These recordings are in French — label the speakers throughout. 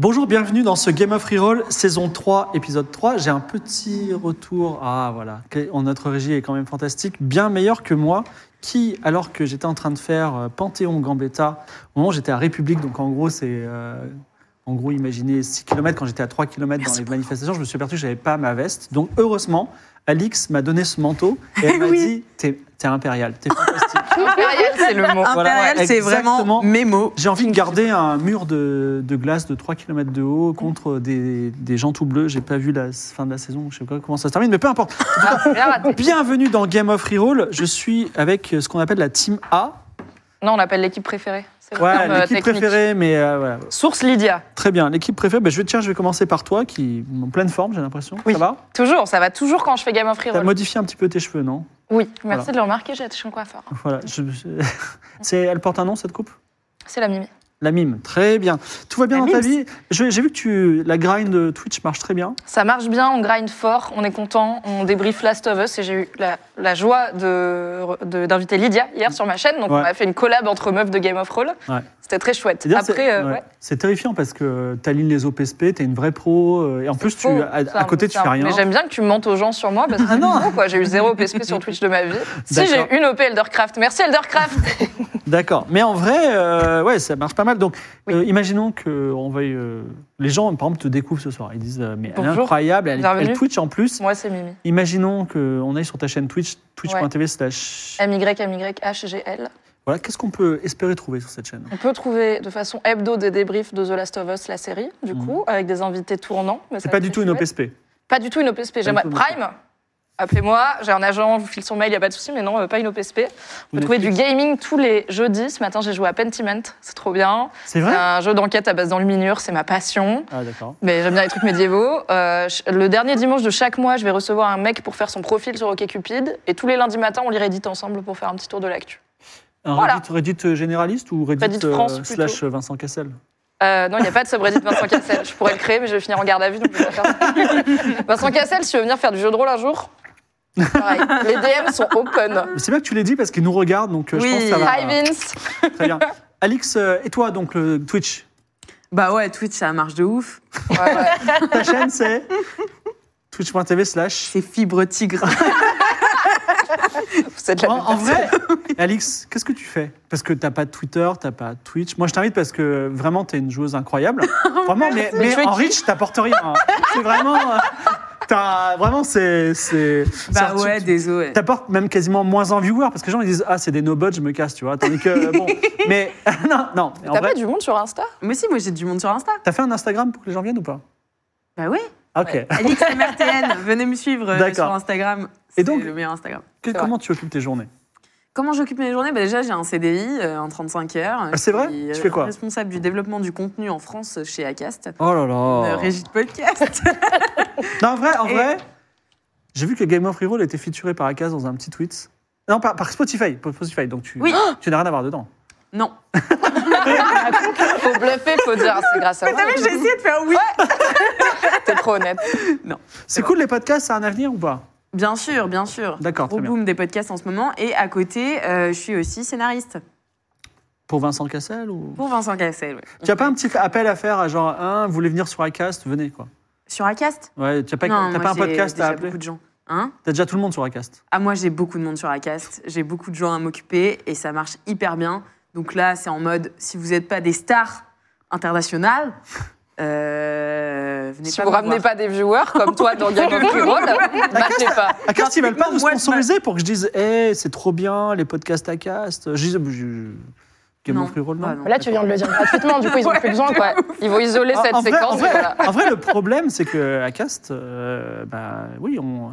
Speaker 1: Bonjour, bienvenue dans ce Game of Reroll, saison 3, épisode 3. J'ai un petit retour. Ah voilà, Que- en- notre régie est quand même fantastique, bien meilleure que moi, qui, alors que j'étais en train de faire euh, Panthéon Gambetta, au moment où j'étais à République, donc en gros c'est... euh, en gros, imaginez 6 km quand j'étais à 3 km dans les manifestations, je me suis aperçu que j'avais pas ma veste. Donc heureusement, Alix m'a donné ce manteau et elle m'a dit "T'es t'es impérial, t'es fantastique."
Speaker 2: Impérial, c'est le mot.
Speaker 1: Voilà,
Speaker 3: Impérial,
Speaker 1: ouais,
Speaker 3: c'est
Speaker 1: exactement.
Speaker 3: vraiment mes mots.
Speaker 1: J'ai envie de garder un mur de, de glace de 3 km de haut contre des, des gens tout bleus. J'ai pas vu la fin de la saison, je sais pas comment ça se termine, mais peu importe.
Speaker 2: Bien Ah, raté.
Speaker 1: Bienvenue dans Game of Reroll. Je suis avec ce qu'on appelle la team A.
Speaker 2: Non, on l'appelle l'équipe préférée. C'est le
Speaker 1: Ouais,
Speaker 2: terme, euh,
Speaker 1: l'équipe
Speaker 2: technique.
Speaker 1: préférée, mais euh, voilà.
Speaker 2: Source Lydia.
Speaker 1: Très bien, l'équipe préférée. Ben, je vais tiens, je vais commencer par toi qui est en pleine forme, j'ai l'impression.
Speaker 2: Oui.
Speaker 1: Ça va
Speaker 2: Toujours, ça va toujours quand je fais Game of
Speaker 1: T'as
Speaker 2: Reroll.
Speaker 1: modifié un petit peu tes cheveux, non
Speaker 2: Oui, merci
Speaker 1: Voilà.
Speaker 2: de le remarquer, j'ai attaché le coiffeur.
Speaker 1: Voilà. je- je- C'est- Elle porte un nom cette coupe
Speaker 2: C'est la mimi.
Speaker 1: La mime. Très bien. Tout va bien
Speaker 2: La
Speaker 1: dans ta
Speaker 2: mime.
Speaker 1: vie Je- J'ai vu que tu la grind de Twitch marche très bien.
Speaker 2: Ça marche bien, on grind fort, on est content, on débrief Last of Us et j'ai eu la, la joie d'inviter de, d'inviter Lydia hier sur ma chaîne. Donc
Speaker 1: Ouais.
Speaker 2: on a fait une collab entre meufs de Game of Roll.
Speaker 1: Ouais.
Speaker 2: C'était très chouette.
Speaker 1: C'est-à-dire,
Speaker 2: Après,
Speaker 1: c'est-
Speaker 2: euh,
Speaker 1: ouais.
Speaker 2: ouais,
Speaker 1: C'est terrifiant parce que t'alignes les OPSP, t'es une vraie pro, euh, et en plus, tu,
Speaker 2: faux.
Speaker 1: à, à
Speaker 2: C'est un-
Speaker 1: côté, tu
Speaker 2: c'est un-
Speaker 1: fais rien.
Speaker 2: Oh,
Speaker 1: Ah
Speaker 2: Mais j'aime bien que tu mentes aux gens sur moi parce que c'est faux, quoi. j'ai eu zéro PSP sur Twitch de ma vie. Si
Speaker 1: D'accord.
Speaker 2: j'ai une OP Eldercraft, merci Eldercraft
Speaker 1: D'accord. Mais en vrai, euh, ouais, ça marche pas mal. Donc, euh, imaginons que on veuille, euh, les gens, par exemple, te découvrent ce soir. Ils disent, euh, mais elle est
Speaker 2: Bonjour.
Speaker 1: incroyable, elle,
Speaker 2: Bienvenue.
Speaker 1: elle Twitch en plus.
Speaker 2: Moi c'est Mimi.
Speaker 1: Imaginons qu'on aille sur ta chaîne Twitch, twitch.tv slash...
Speaker 2: Euh. MYMYHGL.
Speaker 1: Voilà, qu'est-ce qu'on peut espérer trouver sur cette chaîne
Speaker 2: On peut trouver de façon hebdo des débriefs de The Last of Us, la série, du coup, avec des invités tournants.
Speaker 1: Mm.
Speaker 2: mais ça
Speaker 1: C'est
Speaker 2: va
Speaker 1: pas
Speaker 2: être
Speaker 1: du tout
Speaker 2: très
Speaker 1: une
Speaker 2: chouette.
Speaker 1: OPSP.
Speaker 2: Pas du tout une OPSP. J'aimerais.
Speaker 1: tout une
Speaker 2: Prime Appelez-moi, j'ai un agent, je vous file son mail, il n'y a pas de souci, mais non, euh, pas une OPSP. On
Speaker 1: Netflix.
Speaker 2: peut trouver du gaming tous les jeudis. Ce matin, j'ai joué à Pentiment, c'est trop bien.
Speaker 1: C'est
Speaker 2: C'est
Speaker 1: vrai
Speaker 2: un jeu d'enquête à base d'enluminure, c'est ma passion.
Speaker 1: Ah, d'accord.
Speaker 2: Mais j'aime bien les trucs médiévaux. Euh, ch- le dernier dimanche de chaque mois, je vais recevoir un mec pour faire son profil sur OkCupid. Et tous les lundis matins, on les rédite ensemble pour faire un petit tour de l'actu.
Speaker 1: Un
Speaker 2: Voilà.
Speaker 1: Reddit, Reddit euh, généraliste ou Reddit, euh,
Speaker 2: Reddit France, plutôt.
Speaker 1: slash Vincent Cassel
Speaker 2: Euh, non, il n'y a pas de subreddit Vincent Cassel. Je pourrais le créer, mais je vais finir en garde à vue. Donc je vais pas faire ça. Vincent Cassel, si tu veux venir faire du jeu de rôle un jour, pareil. Les DM sont open.
Speaker 1: Mais C'est bien que tu l'aies dit parce qu'il nous regarde, donc euh, je
Speaker 3: Oui.
Speaker 1: pense que ça va...
Speaker 2: Hi Vince.
Speaker 1: Très bien. Alix, euh, et toi, donc, le Twitch
Speaker 3: Bah ouais, Twitch, ça marche de ouf.
Speaker 2: Ouais, ouais.
Speaker 1: Ta chaîne, c'est twitch.tv slash...
Speaker 3: C'est fibre tigre.
Speaker 2: Vous êtes
Speaker 1: En,
Speaker 2: la même
Speaker 1: Oh. en
Speaker 2: personne.
Speaker 1: vrai, Alix, qu'est-ce que tu fais Parce que t'as pas Twitter, t'as pas Twitch. Moi, je t'invite parce que vraiment, t'es une joueuse incroyable. Vraiment, mais, mais
Speaker 2: Mais tu es
Speaker 1: en
Speaker 2: qui
Speaker 1: rich, t'apportes rien. hein. C'est vraiment... euh, t'as- vraiment, c'est... c'est-
Speaker 3: bah
Speaker 1: c'est-
Speaker 3: ouais,
Speaker 1: tu-
Speaker 3: désolé.
Speaker 1: T'apportes même quasiment moins en viewer parce que les gens ils disent ah c'est des no-bots je me casse tu vois tandis que euh, bon mais non non en
Speaker 2: T'as
Speaker 1: vrai
Speaker 2: pas du monde sur Insta
Speaker 3: Mais si, moi j'ai du monde sur Insta.
Speaker 1: t'as fait un Instagram pour que les gens viennent ou pas
Speaker 3: Bah ouais.
Speaker 1: ok
Speaker 3: Alix MRTN, venez me suivre euh,
Speaker 1: D'accord.
Speaker 3: sur Instagram.
Speaker 1: Et
Speaker 3: C'est
Speaker 1: donc-
Speaker 3: le meilleur Instagram.
Speaker 1: Que-
Speaker 2: vrai.
Speaker 1: comment tu occupes tes journées
Speaker 3: Comment j'occupe mes journées bah Déjà, j'ai un CDI euh, en 35 heures.
Speaker 1: Ah, c'est vrai
Speaker 3: Je suis,
Speaker 1: Tu fais quoi
Speaker 3: Responsable du développement du contenu en France euh, chez Acast.
Speaker 1: oh là
Speaker 3: Euh,
Speaker 1: là
Speaker 3: régie de podcast.
Speaker 1: Non, en vrai, en
Speaker 3: Et-
Speaker 1: vrai, j'ai vu que Game of Reroll était featuré par Akaz dans un petit tweet. Non, par, par Spotify. par Spotify, donc tu,
Speaker 3: Oui.
Speaker 1: tu n'as rien à voir dedans.
Speaker 3: non.
Speaker 2: Faut bluffer, faut dire, c'est grâce à moi.
Speaker 3: j'ai essayé de faire oui.
Speaker 2: T'es trop honnête.
Speaker 1: C'est cool les podcasts, ça a un avenir ou pas
Speaker 3: Bien sûr, bien sûr.
Speaker 1: D'accord,
Speaker 3: Gros
Speaker 1: très bien.
Speaker 3: boom des podcasts en ce moment. Et à côté, euh, je suis aussi scénariste
Speaker 1: Pour Vincent Cassel ou
Speaker 3: pour Vincent Cassel. ouais.
Speaker 1: Tu n'as pas un petit appel à faire à genre un, vous voulez venir sur Acast, venez quoi.
Speaker 3: Sur Acast
Speaker 1: Ouais, tu n'as pas,
Speaker 3: Non,
Speaker 1: t'as
Speaker 3: moi,
Speaker 1: pas un
Speaker 3: j'ai
Speaker 1: podcast à
Speaker 3: déjà
Speaker 1: appeler.
Speaker 3: beaucoup de gens. Hein
Speaker 1: T'as déjà tout le monde sur Acast.
Speaker 3: ah, moi, j'ai beaucoup de monde sur Acast. J'ai beaucoup de gens à m'occuper et ça marche hyper bien. Donc là, c'est en mode, si vous n'êtes pas des stars internationales, euh, venez
Speaker 2: Si
Speaker 3: pas
Speaker 2: vous
Speaker 3: me
Speaker 2: ramenez
Speaker 3: voir.
Speaker 2: pas des viewers comme toi dans Game of Thrones, matez pas.
Speaker 1: Acast, ils veulent pas nous
Speaker 3: Bah, moi, je m'a-
Speaker 1: sponsoriser pour que je dise, hé, c'est trop bien les podcasts Acast. Je dis, je- je- Game
Speaker 3: Non.
Speaker 1: of Reroll, non.
Speaker 3: Ah,
Speaker 4: Bah,
Speaker 3: non.
Speaker 2: Là, tu viens de le dire gratuitement, du coup, ils ont plus besoin, quoi. Ils vont isoler cette
Speaker 1: en, vrai, en
Speaker 2: séquence.
Speaker 1: vrai-
Speaker 2: voilà.
Speaker 1: en vrai, le problème, c'est que Acast, euh, bah, oui, on,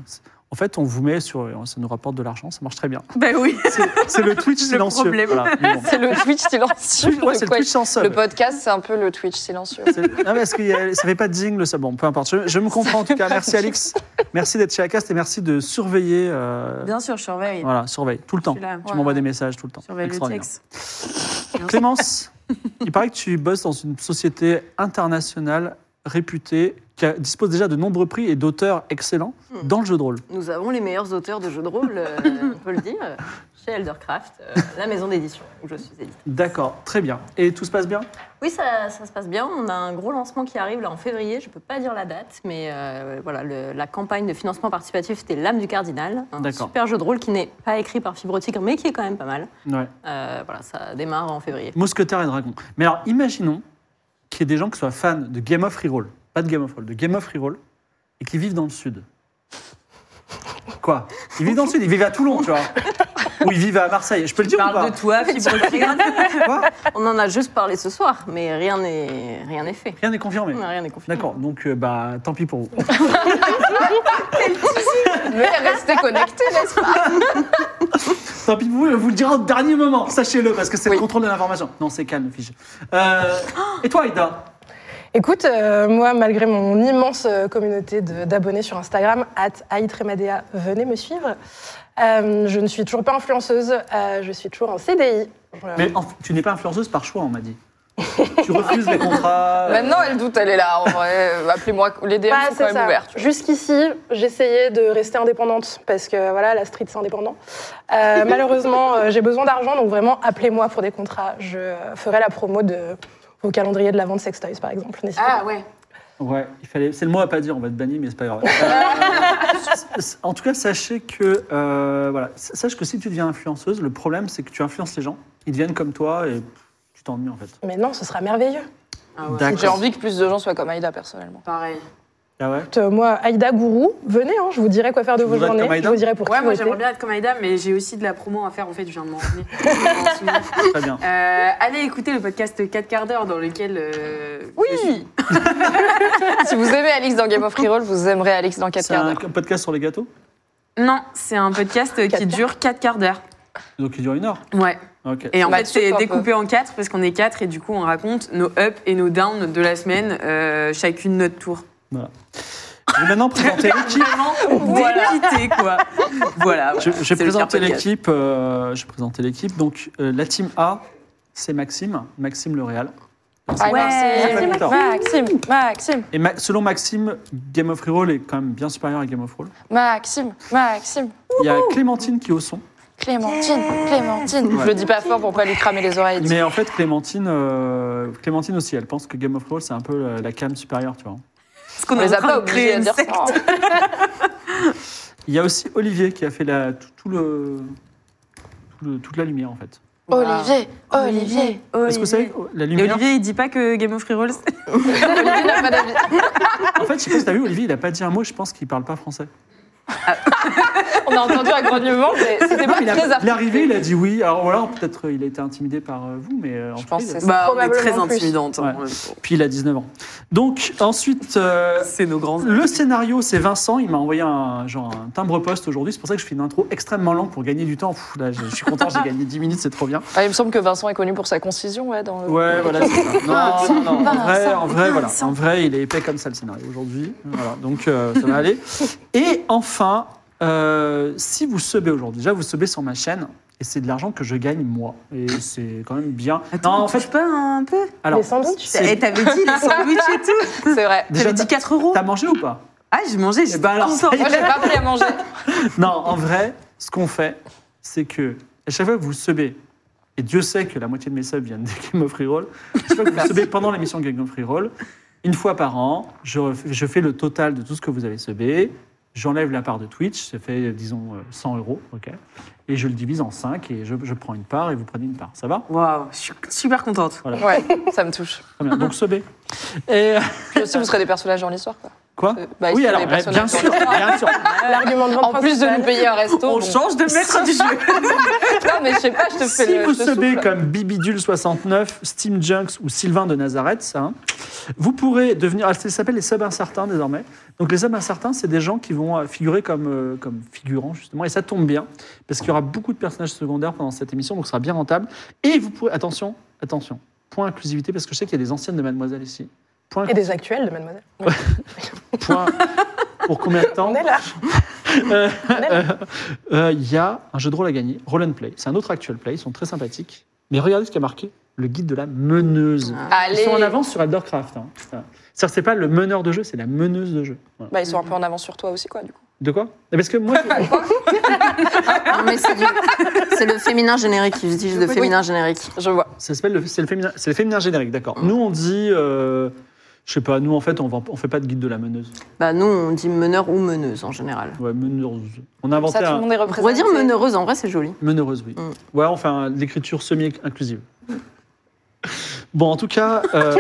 Speaker 1: En fait, on vous met sur. Ça nous rapporte de l'argent, ça marche très bien.
Speaker 3: Ben oui.
Speaker 1: C'est- C'est le Twitch
Speaker 3: Le
Speaker 1: silencieux.
Speaker 3: problème.
Speaker 1: Voilà, mais bon.
Speaker 5: C'est le Twitch silencieux.
Speaker 1: Ouais, c'est le
Speaker 5: quoi.
Speaker 1: Twitch sans sub.
Speaker 5: Le podcast, c'est un peu le Twitch silencieux.
Speaker 1: C'est- Non, mais est-ce qu'il y a- ça fait pas de jingle, ça Bon, peu importe. Je, je me comprends en tout cas. Merci Alix. Merci d'être chez Acast et merci de surveiller. euh,
Speaker 3: Bien sûr, je surveille.
Speaker 1: Voilà, surveille tout le temps.
Speaker 3: Je suis là.
Speaker 1: Tu m'envoies des messages tout le temps.
Speaker 3: Surveille le
Speaker 1: Extraordinaire.
Speaker 3: texte.
Speaker 1: Clémence, il paraît que tu bosses dans une société internationale réputée qui a- dispose déjà de nombreux prix et d'auteurs excellents dans le jeu de rôle.
Speaker 6: Nous avons les meilleurs auteurs de jeux de rôle, euh, on peut le dire, chez Eldercraft, euh, la maison d'édition où je suis édite.
Speaker 1: D'accord, très bien. Et tout se passe bien
Speaker 6: Oui, ça, ça se passe bien. On a un gros lancement qui arrive là en février. Je ne peux pas dire la date, mais euh, voilà, le- la campagne de financement participatif, c'était L'âme du cardinal. Un
Speaker 1: D'accord.
Speaker 6: super jeu de rôle qui n'est pas écrit par Fibrotigre, mais qui est quand même pas mal.
Speaker 1: Ouais.
Speaker 6: Euh, voilà, ça démarre en février.
Speaker 1: Mousquetaire et dragon. Mais alors, imaginons qu'il y ait des gens qui soient fans de Game of Reroll, pas de Game of Roll, de Game of Reroll, et qui vivent dans le sud. Quoi Ils vivent dans le sud, ils vivent à Toulon, tu vois. Ou ils vivent à Marseille. Je peux le dire ou pas
Speaker 3: Parle de toi, fibre
Speaker 1: Quoi
Speaker 3: Ah.
Speaker 6: On en a juste parlé ce soir, mais rien n'est rien n'est fait.
Speaker 1: Rien n'est confirmé.
Speaker 6: On n'a rien n'est confirmé.
Speaker 1: D'accord, donc euh, bah, tant pis pour vous.
Speaker 5: Mais restez connectés, n'est-ce pas
Speaker 1: Tant pis pour vous, je vous le dirai au dernier moment, sachez-le, parce que c'est le
Speaker 5: Oui.
Speaker 1: contrôle de l'information. Non, c'est calme, fiche. Euh, et toi, Aïda
Speaker 4: Écoute, euh, moi, malgré mon immense euh, communauté de- d'abonnés sur Instagram, Aïtremadea, venez me suivre. Euh, je ne suis toujours pas influenceuse, euh, je suis toujours en CDI.
Speaker 5: Ah.
Speaker 4: Voilà.
Speaker 1: Mais en- tu n'es pas influenceuse par choix, on m'a dit. tu refuses les contrats.
Speaker 5: Maintenant, elle doute, elle est là. En vrai, Euh, appelez-moi. Les DM
Speaker 4: Bah,
Speaker 5: sont
Speaker 4: c'est
Speaker 5: quand même
Speaker 4: ça.
Speaker 5: ouverts. tu vois.
Speaker 4: Jusqu'ici, j'essayais de rester indépendante parce que voilà, la street c'est indépendant. Euh, malheureusement, euh, j'ai besoin d'argent, donc vraiment appelez-moi pour des contrats. Je euh, ferai la promo de vos calendriers de la vente Sextoys, par exemple. n'hésitez
Speaker 3: Ah
Speaker 4: pas.
Speaker 5: ouais.
Speaker 1: Ouais, il fallait. C'est le mot à pas dire. On va te bannir, mais c'est pas grave. Euh, en tout cas, sachez que euh, voilà, sache que si tu deviens influenceuse, le problème c'est que tu influences les gens. Ils deviennent comme toi et tu t'ennuies en fait.
Speaker 4: Mais non, ce sera merveilleux.
Speaker 5: J'ai envie que plus de gens soient comme Aïda, personnellement.
Speaker 3: Pareil.
Speaker 1: Ah ouais.
Speaker 4: Écoute, euh, moi, Aïda Gourou, venez, hein, je vous dirai quoi faire de
Speaker 1: Tu
Speaker 4: vos
Speaker 1: voudrais être
Speaker 4: journées.
Speaker 1: comme Aïda
Speaker 4: Je vous dirai pour
Speaker 3: Ouais,
Speaker 4: qui
Speaker 3: Ah, moi
Speaker 4: voter.
Speaker 3: j'aimerais bien être comme Aïda, mais j'ai aussi de la promo à faire en fait, je viens de m'en revenir. En ce moment.
Speaker 1: Très bien.
Speaker 3: Euh, allez écouter le podcast 4 quarts d'heure dans lequel. euh, je suis-
Speaker 5: Oui Si vous aimez Alix dans Game of Reroll, vous aimerez Alix dans 4
Speaker 1: C'est
Speaker 5: quarts
Speaker 1: un
Speaker 5: d'heure.
Speaker 1: podcast sur les gâteaux,
Speaker 3: Non, c'est un podcast qui
Speaker 4: quarts.
Speaker 3: dure 4 quarts d'heure.
Speaker 1: donc il dure une heure.
Speaker 3: Ouais.
Speaker 1: Ok.
Speaker 3: Et en
Speaker 5: Bah,
Speaker 3: fait,
Speaker 5: tu
Speaker 3: c'est
Speaker 5: peux un
Speaker 3: découpé en 4 parce qu'on est 4 et du coup, on raconte nos ups et nos downs de la semaine, euh, chacune notre tour.
Speaker 1: Je vais maintenant présenter l'équipe.
Speaker 3: Vraiment, dépité, quoi. Voilà.
Speaker 1: Je, je vais
Speaker 3: C'est le
Speaker 1: présenter
Speaker 3: Carpet Cat.
Speaker 1: l'équipe. euh, je vais présenter l'équipe. Donc euh, la team A, c'est Maxime, Maxime le Real.
Speaker 5: Ah, Maxime,
Speaker 1: Maxime.
Speaker 5: Maxime, Maxime,
Speaker 1: Et Ma- selon Maxime, Game of Reroll est quand même bien supérieur à Game of Roll.
Speaker 5: Maxime, Maxime,
Speaker 1: Il y a Clémentine qui est au son.
Speaker 5: Clémentine, Clémentine.
Speaker 1: Ouais.
Speaker 5: Je le dis pas fort pour pas lui cramer les oreilles.
Speaker 1: Mais en fait, Clémentine, euh, Clémentine aussi, elle pense que Game of Thrones, c'est un peu la, la cam supérieure, tu vois.
Speaker 3: Parce qu'on
Speaker 5: On
Speaker 3: est en
Speaker 5: les a
Speaker 3: train
Speaker 5: pas
Speaker 3: de
Speaker 5: obligés
Speaker 3: créer
Speaker 5: à
Speaker 3: une
Speaker 5: dire ça.
Speaker 3: secte.
Speaker 1: Il y a aussi Olivier qui a fait la, tout, tout le, tout le- toute la lumière, en fait.
Speaker 5: Olivier, Olivier.
Speaker 1: Est-ce que vous savez, la
Speaker 3: Et
Speaker 1: lumière...
Speaker 3: Olivier, il dit pas que Game of Thrones.
Speaker 5: Olivier n'a pas d'avis.
Speaker 1: En fait, je sais pas si t'as vu, Olivier, il a pas dit un mot, je pense qu'il parle pas français.
Speaker 5: On a entendu un grognement, mais c'était pas
Speaker 1: il, a-
Speaker 5: très
Speaker 1: il est arrivé,
Speaker 5: articulé.
Speaker 1: il a dit oui. Alors, ou alors, peut-être euh, il a été intimidé par euh, vous, mais... euh, en
Speaker 5: Je
Speaker 1: tout
Speaker 5: pense
Speaker 1: cas, il a-
Speaker 5: que c'est ça.
Speaker 3: Bah, on est
Speaker 4: Probablement
Speaker 3: très
Speaker 4: plus.
Speaker 3: intimidante. hein,
Speaker 1: Ouais.
Speaker 3: en même temps.
Speaker 1: Puis il a 19 ans. Donc, ensuite... euh,
Speaker 3: C'est nos grands.
Speaker 1: Le scénario, c'est Vincent. Il m'a envoyé un, genre, un timbre poste aujourd'hui. C'est pour ça que je fais une intro extrêmement longue pour gagner du temps. Pff, là, je, je suis content, j'ai gagné 10 minutes, c'est trop bien.
Speaker 5: Ah, il me semble que Vincent est connu pour sa concision, ouais, dans le.
Speaker 1: Ouais, voilà, c'est ça. Non, non, non. En vrai, en vrai, voilà. En vrai, il est épais comme ça le scénario aujourd'hui. Voilà, donc euh, ça va aller. Et enfin, euh, si vous subez aujourd'hui, déjà vous subez sur ma chaîne. Et c'est de l'argent que je gagne moi. Et c'est quand même bien.
Speaker 3: Attends,
Speaker 1: non,
Speaker 3: en fait, pas un peu.
Speaker 1: alors.
Speaker 4: Les sandwichs,
Speaker 1: c'est-
Speaker 3: Eh, T'avais dit les sandwichs et tout.
Speaker 5: C'est vrai.
Speaker 1: Déjà,
Speaker 3: J'avais dit 4 euros.
Speaker 1: T'as mangé ou pas
Speaker 3: Ah, j'ai mangé, j'ai
Speaker 1: ben alors,
Speaker 3: content.
Speaker 1: ça y
Speaker 5: Moi, j'ai pas pris à manger.
Speaker 1: Non, en vrai, ce qu'on fait, c'est que à chaque fois que vous subez, et Dieu sait que la moitié de mes subs viennent de Game of Reroll, à chaque fois que vous subez pendant l'émission Game of Reroll, une fois par an, je, ref- je fais le total de tout ce que vous avez subé, j'enlève la part de Twitch, ça fait, disons, euh, 100 euros, ok et je le divise en 5 et je, je prends une part et vous prenez une part. Ça va
Speaker 3: Waouh, je suis super contente.
Speaker 5: Ouais, ça me touche.
Speaker 1: Très bien. Donc, subez. Et euh,
Speaker 5: Puis aussi, vous serez des personnages dans l'histoire, quoi.
Speaker 1: quoi
Speaker 5: Euh, bah,
Speaker 1: Oui,
Speaker 5: ils sont
Speaker 1: alors,
Speaker 5: des
Speaker 1: ouais, bien
Speaker 5: personnages
Speaker 1: sûr, bien sûr.
Speaker 4: l'argument de vente
Speaker 5: En plus de
Speaker 4: principal.
Speaker 5: nous payer un resto. bon.
Speaker 3: On change de maître du jeu.
Speaker 5: Non, mais je sais pas, je te fais
Speaker 1: Si
Speaker 5: le.
Speaker 1: vous
Speaker 5: je te
Speaker 1: subez
Speaker 5: souffle.
Speaker 1: comme Bibidule69, Steam Junks ou Sylvain de Nazareth, ça, hein, Vous pourrez devenir. ah, Ça s'appelle les subs incertains désormais. Donc les subs incertains, c'est des gens qui vont euh, figurer comme, euh, comme figurants, justement. Et ça tombe bien, parce qu'il y aura beaucoup de personnages secondaires pendant cette émission, donc ce sera bien rentable. Et vous pourrez. Attention, attention. Point inclusivité, parce que je sais qu'il y a des anciennes de Mademoiselle ici. Point,
Speaker 5: Eh ben.
Speaker 4: Et des actuels de mademoiselle.
Speaker 1: point- pour combien de temps
Speaker 4: On est là.
Speaker 1: Euh,
Speaker 4: est
Speaker 1: euh, euh, Il y a un jeu de rôle à gagner, Roll and Play. C'est un autre actual play, ils sont très sympathiques. Mais regardez ce qui a marqué le guide de la meneuse.
Speaker 2: Ah.
Speaker 1: Ils
Speaker 5: Allez.
Speaker 1: sont en avance sur Eldercraft. Hein. Voilà. C'est-à-dire, c'est pas le meneur de jeu, c'est la meneuse de jeu. Voilà.
Speaker 2: Bah, ils sont un peu en avance sur toi aussi, quoi, du coup.
Speaker 1: De quoi Mais Parce que moi, je-
Speaker 6: Non, mais c'est, du- c'est le féminin générique. Ils utilisent le féminin générique.
Speaker 2: Je vois.
Speaker 1: ça s'appelle le, c'est le féminin, c'est le féminin générique, d'accord. Nous, on dit, euh, je sais pas, nous en fait, on, vend- on fait pas de guide de la meneuse.
Speaker 6: Bah, nous, on dit meneur ou meneuse en général.
Speaker 1: Ouais, meneuse. On a inventé
Speaker 2: Ça, tout le
Speaker 1: un
Speaker 2: monde est
Speaker 6: On
Speaker 2: représenté.
Speaker 6: pourrait dire meneureuse, en vrai, c'est joli.
Speaker 1: meneureuse, oui.
Speaker 2: Mm.
Speaker 1: Ouais, on fait un- de l'écriture semi-inclusive. bon, en tout cas, euh,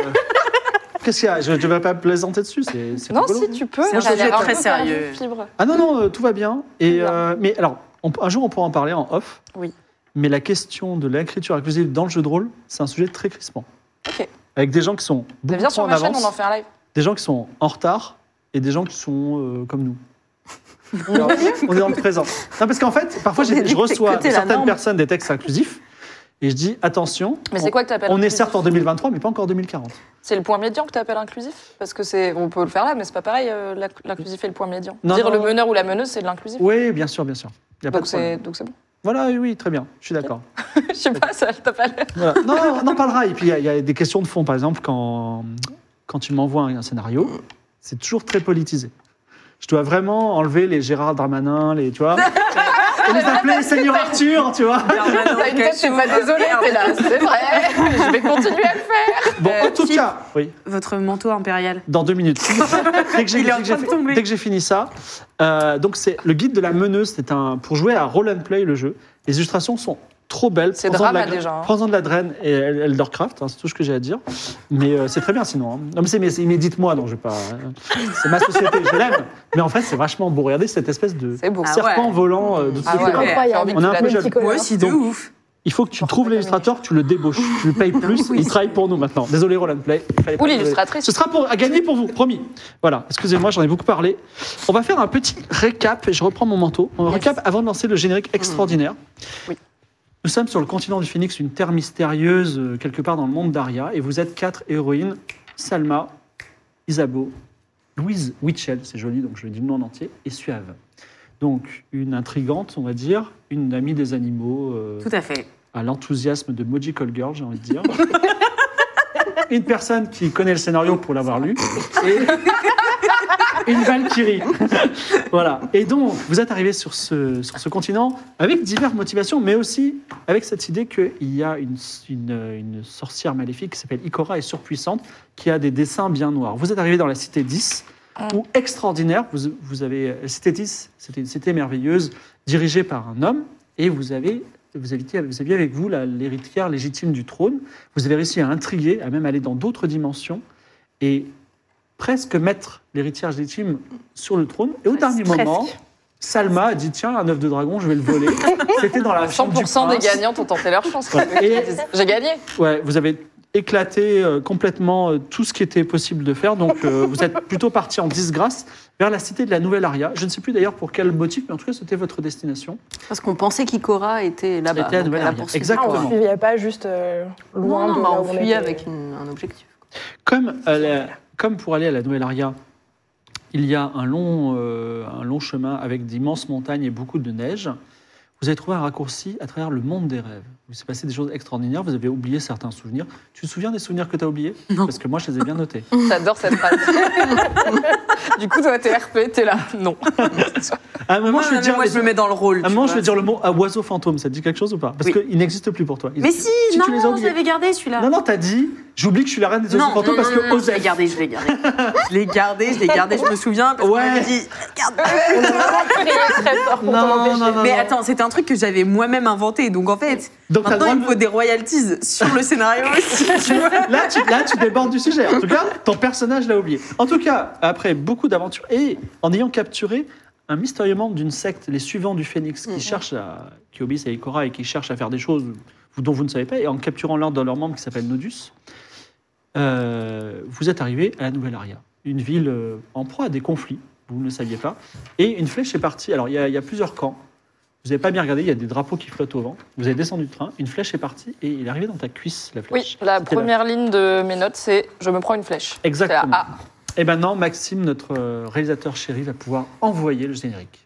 Speaker 1: qu'est-ce qu'il y a Je ne vais pas plaisanter dessus. C'est, c'est
Speaker 2: Non,
Speaker 1: rigolo.
Speaker 2: si tu peux.
Speaker 3: C'est un
Speaker 2: J'allais
Speaker 3: sujet
Speaker 2: avoir
Speaker 3: très
Speaker 2: un peu perdu
Speaker 3: sérieux.
Speaker 2: Fibre.
Speaker 1: Ah non, non, euh, tout va bien. Et,
Speaker 2: Tout va bien.
Speaker 1: euh, mais alors, on- un jour, on pourra en parler en off.
Speaker 2: Oui.
Speaker 1: Mais la question de l'écriture inclusive dans le jeu de rôle, c'est un sujet très crispant.
Speaker 2: Ok.
Speaker 1: Avec des gens qui sont
Speaker 2: Mais
Speaker 1: beaucoup
Speaker 2: viens
Speaker 1: trop
Speaker 2: sur
Speaker 1: en
Speaker 2: ma chaîne,
Speaker 1: avance,
Speaker 2: on en fait un live.
Speaker 1: des gens qui sont en retard et des gens qui sont euh, comme nous. Alors, on est dans le présent. Non, parce qu'en fait, parfois, j'ai- je reçois
Speaker 6: côté
Speaker 1: de
Speaker 6: la
Speaker 1: certaines
Speaker 6: norme.
Speaker 1: personnes des textes inclusifs et je dis attention.
Speaker 2: Mais c'est
Speaker 1: on-
Speaker 2: quoi que t'appelles
Speaker 1: on est
Speaker 2: inclusif
Speaker 1: certes en 2023, mais pas encore 2040.
Speaker 2: C'est le point médian que tu appelles inclusif Parce que c'est, on peut le faire là, mais c'est pas pareil, euh, l'inc- l'inclusif et le point médian.
Speaker 1: Non,
Speaker 2: Dire
Speaker 1: non,
Speaker 2: le
Speaker 1: non.
Speaker 2: meneur ou la meneuse, c'est de l'inclusif.
Speaker 1: Oui, bien sûr, bien sûr. Il y a pas de
Speaker 2: Donc
Speaker 1: problème.
Speaker 2: c'est donc c'est bon.
Speaker 1: Voilà, oui, oui, très bien. Je suis d'accord.
Speaker 2: Je sais pas, ça t'a pas l'air.
Speaker 1: Voilà. Non, non, on en parlera. Et puis, il y, a- il y a des questions de fond. Par exemple, quand, quand tu m'envoies un, un scénario, c'est toujours très politisé. Je dois vraiment enlever les Gérard Darmanin, les, tu vois, et les appeler Seigneur Arthur, tu vois.
Speaker 5: T'as une tête, t'es pas désolée, t'es là. C'est vrai. Je vais continuer à le faire.
Speaker 1: Bon, en tout
Speaker 3: Philippe.
Speaker 1: cas, oui,
Speaker 3: Votre manteau impérial.
Speaker 1: dans deux minutes. dès que j'ai
Speaker 3: Il est en
Speaker 1: dès que j'ai
Speaker 3: train de
Speaker 1: fait-
Speaker 3: tomber.
Speaker 1: dès que j'ai fini ça, euh, donc c'est le guide de la meneuse. C'est un pour jouer à roll and play le jeu. Les illustrations sont trop belles.
Speaker 2: C'est
Speaker 1: Prends-en de la
Speaker 2: drama, déjà, hein.
Speaker 1: Prends-en de la draine et Eldercraft, hein, c'est tout ce que j'ai à dire. Mais euh, c'est très bien sinon. hein. Non mais c'est mais, c'est- mais dites-moi, non je vais pas. euh, c'est ma société, je l'aime. Mais en fait c'est vachement beau. Regardez cette espèce de
Speaker 2: C'est beau.
Speaker 3: Ah
Speaker 1: serpent
Speaker 3: ouais.
Speaker 1: volant euh, de
Speaker 2: Ah
Speaker 1: tous
Speaker 2: ouais.
Speaker 1: les côtés.
Speaker 4: Incroyable.
Speaker 1: On a un peu jaloux.
Speaker 4: Multicolore.
Speaker 3: Moi aussi, de
Speaker 1: Donc,
Speaker 3: ouf.
Speaker 1: Il faut que tu trouves l'illustrateur, tu le débauches, tu le payes plus,
Speaker 3: Oui.
Speaker 1: il travaille pour nous maintenant. Désolé Roland Play. fallait pas
Speaker 2: Ou
Speaker 1: le-
Speaker 2: l'illustratrice.
Speaker 1: Ce sera pour, à gagner pour vous, promis. Voilà, excusez-moi, j'en ai beaucoup parlé. On va faire un petit récap, et je reprends mon manteau. Un récap avant de lancer le générique extraordinaire.
Speaker 2: Oui.
Speaker 1: Nous sommes sur le continent du Phoenix, une terre mystérieuse, euh, quelque part dans le monde d'Aria, et vous êtes quatre héroïnes, Salma, Isabeau, Louise Witchell, c'est joli, donc je dis le nom en entier, et Suave. Donc, une intrigante, on va dire, une amie des animaux. euh,
Speaker 3: Tout à fait.
Speaker 1: à l'enthousiasme de Magical Girl, j'ai envie de dire. Une personne qui connaît le scénario pour l'avoir lu. Et une Valkyrie. voilà. Et donc, vous êtes arrivé sur ce, sur ce continent avec diverses motivations, mais aussi avec cette idée qu'il y a une, une, une sorcière maléfique qui s'appelle Ikora et surpuissante, qui a des dessins bien noirs. Vous êtes arrivé dans la cité 10, où extraordinaire, vous, vous avez. la Cité 10, c'était une cité merveilleuse, dirigée par un homme, et vous avez. Vous aviez, vous aviez avec vous la- l'héritière légitime du trône. Vous avez réussi à intriguer, à même aller dans d'autres dimensions et presque mettre l'héritière légitime sur le trône. Et au dernier
Speaker 4: presque.
Speaker 1: moment, Salma a dit Tiens, un œuf de dragon, je vais le voler. C'était dans la chambre du
Speaker 2: 100% des
Speaker 1: prince.
Speaker 2: gagnantes ont tenté leur chance. quoi.
Speaker 1: Ouais. Et-
Speaker 2: J'ai gagné.
Speaker 1: Ouais, vous avez éclaté euh, complètement euh, tout ce qui était possible de faire. Donc, euh, vous êtes plutôt parti en disgrâce vers la cité de la Nouvelle Aria. Je ne sais plus d'ailleurs pour quel motif, mais en tout cas, c'était votre destination.
Speaker 6: Parce qu'on pensait qu'Ikora était là-bas.
Speaker 1: Était à
Speaker 6: donc
Speaker 1: Nouvelle
Speaker 6: elle a
Speaker 1: Orléans.
Speaker 6: poursuivi.
Speaker 4: Ah,
Speaker 1: Exactement.
Speaker 4: on suivait pas juste euh,
Speaker 6: Non,
Speaker 4: loin
Speaker 6: non,
Speaker 4: de
Speaker 6: bah,
Speaker 4: là
Speaker 6: on
Speaker 4: où on
Speaker 6: fuyait
Speaker 4: était.
Speaker 6: avec une- un objectif.
Speaker 1: Comme à la- comme pour aller à la Nouvelle Aria, il y a un long, euh, un long chemin avec d'immenses montagnes et beaucoup de neige. Vous avez trouvé un raccourci à travers le monde des rêves. Il s'est passé des choses extraordinaires. Vous avez oublié certains souvenirs. Tu te souviens des souvenirs que tu as oubliés Parce que moi, je les ai bien notés.
Speaker 2: J'adore cette phrase. du coup, toi, t'es RP, t'es là. Non.
Speaker 1: À un moment,
Speaker 3: Moi,
Speaker 1: Ah, je vais
Speaker 3: non, mais
Speaker 1: dire
Speaker 3: moi,
Speaker 1: les-
Speaker 3: je me mets dans le rôle.
Speaker 1: À un
Speaker 3: tu
Speaker 1: moment, je
Speaker 3: vois.
Speaker 1: vais dire le mot ah, oiseau fantôme, ça te dit quelque chose ou pas Parce
Speaker 3: Oui.
Speaker 1: qu'il n'existe plus pour toi. Il-
Speaker 3: Mais si,
Speaker 1: tu
Speaker 3: non,
Speaker 1: les as
Speaker 3: non, je
Speaker 1: oubliés.
Speaker 3: l'avais gardé celui-là.
Speaker 1: Non, non, t'as dit, j'oublie que je suis la reine des oiseaux fantômes parce que
Speaker 3: non, je l'ai
Speaker 1: Osef.
Speaker 3: gardé, je l'ai gardé. je l'ai gardé, je l'ai gardé, je me souviens. Parce
Speaker 1: Ouais.
Speaker 3: qu'on m'avait dit, garde.
Speaker 1: Non, non, non, non.
Speaker 3: Mais attends, c'était un truc que j'avais moi-même inventé. Donc en fait,
Speaker 1: Donc, t'as le
Speaker 3: maintenant, il me
Speaker 1: droit
Speaker 3: faut
Speaker 1: de-
Speaker 3: des royalties sur le scénario aussi. tu vois.
Speaker 1: Là tu, là, tu débordes du sujet. En tout cas, ton personnage l'a oublié. En tout cas, après beaucoup d'aventures et en ayant capturé un mystérieux membre d'une secte, les suivants du Phénix, qui cherchent à, qui obéissent à Ikora et qui cherchent à faire des choses dont vous ne savez pas, et en capturant l'un de leurs membres qui s'appelle Nodus, euh, vous êtes arrivé à la Nouvelle-Aria, une ville euh, en proie à des conflits, vous ne le saviez pas. Et une flèche est partie. Alors, il y, a- il y a plusieurs camps. Vous n'avez pas bien regardé, il y a des drapeaux qui flottent au vent. Vous avez descendu de train, une flèche est partie et il est arrivé dans ta cuisse, la flèche.
Speaker 2: Oui, la
Speaker 1: C'était
Speaker 2: première ligne de mes notes, c'est je me prends une flèche.
Speaker 1: Exactement.
Speaker 2: Ah.
Speaker 1: Et maintenant, Maxime, notre euh, réalisateur chéri, va pouvoir envoyer le générique.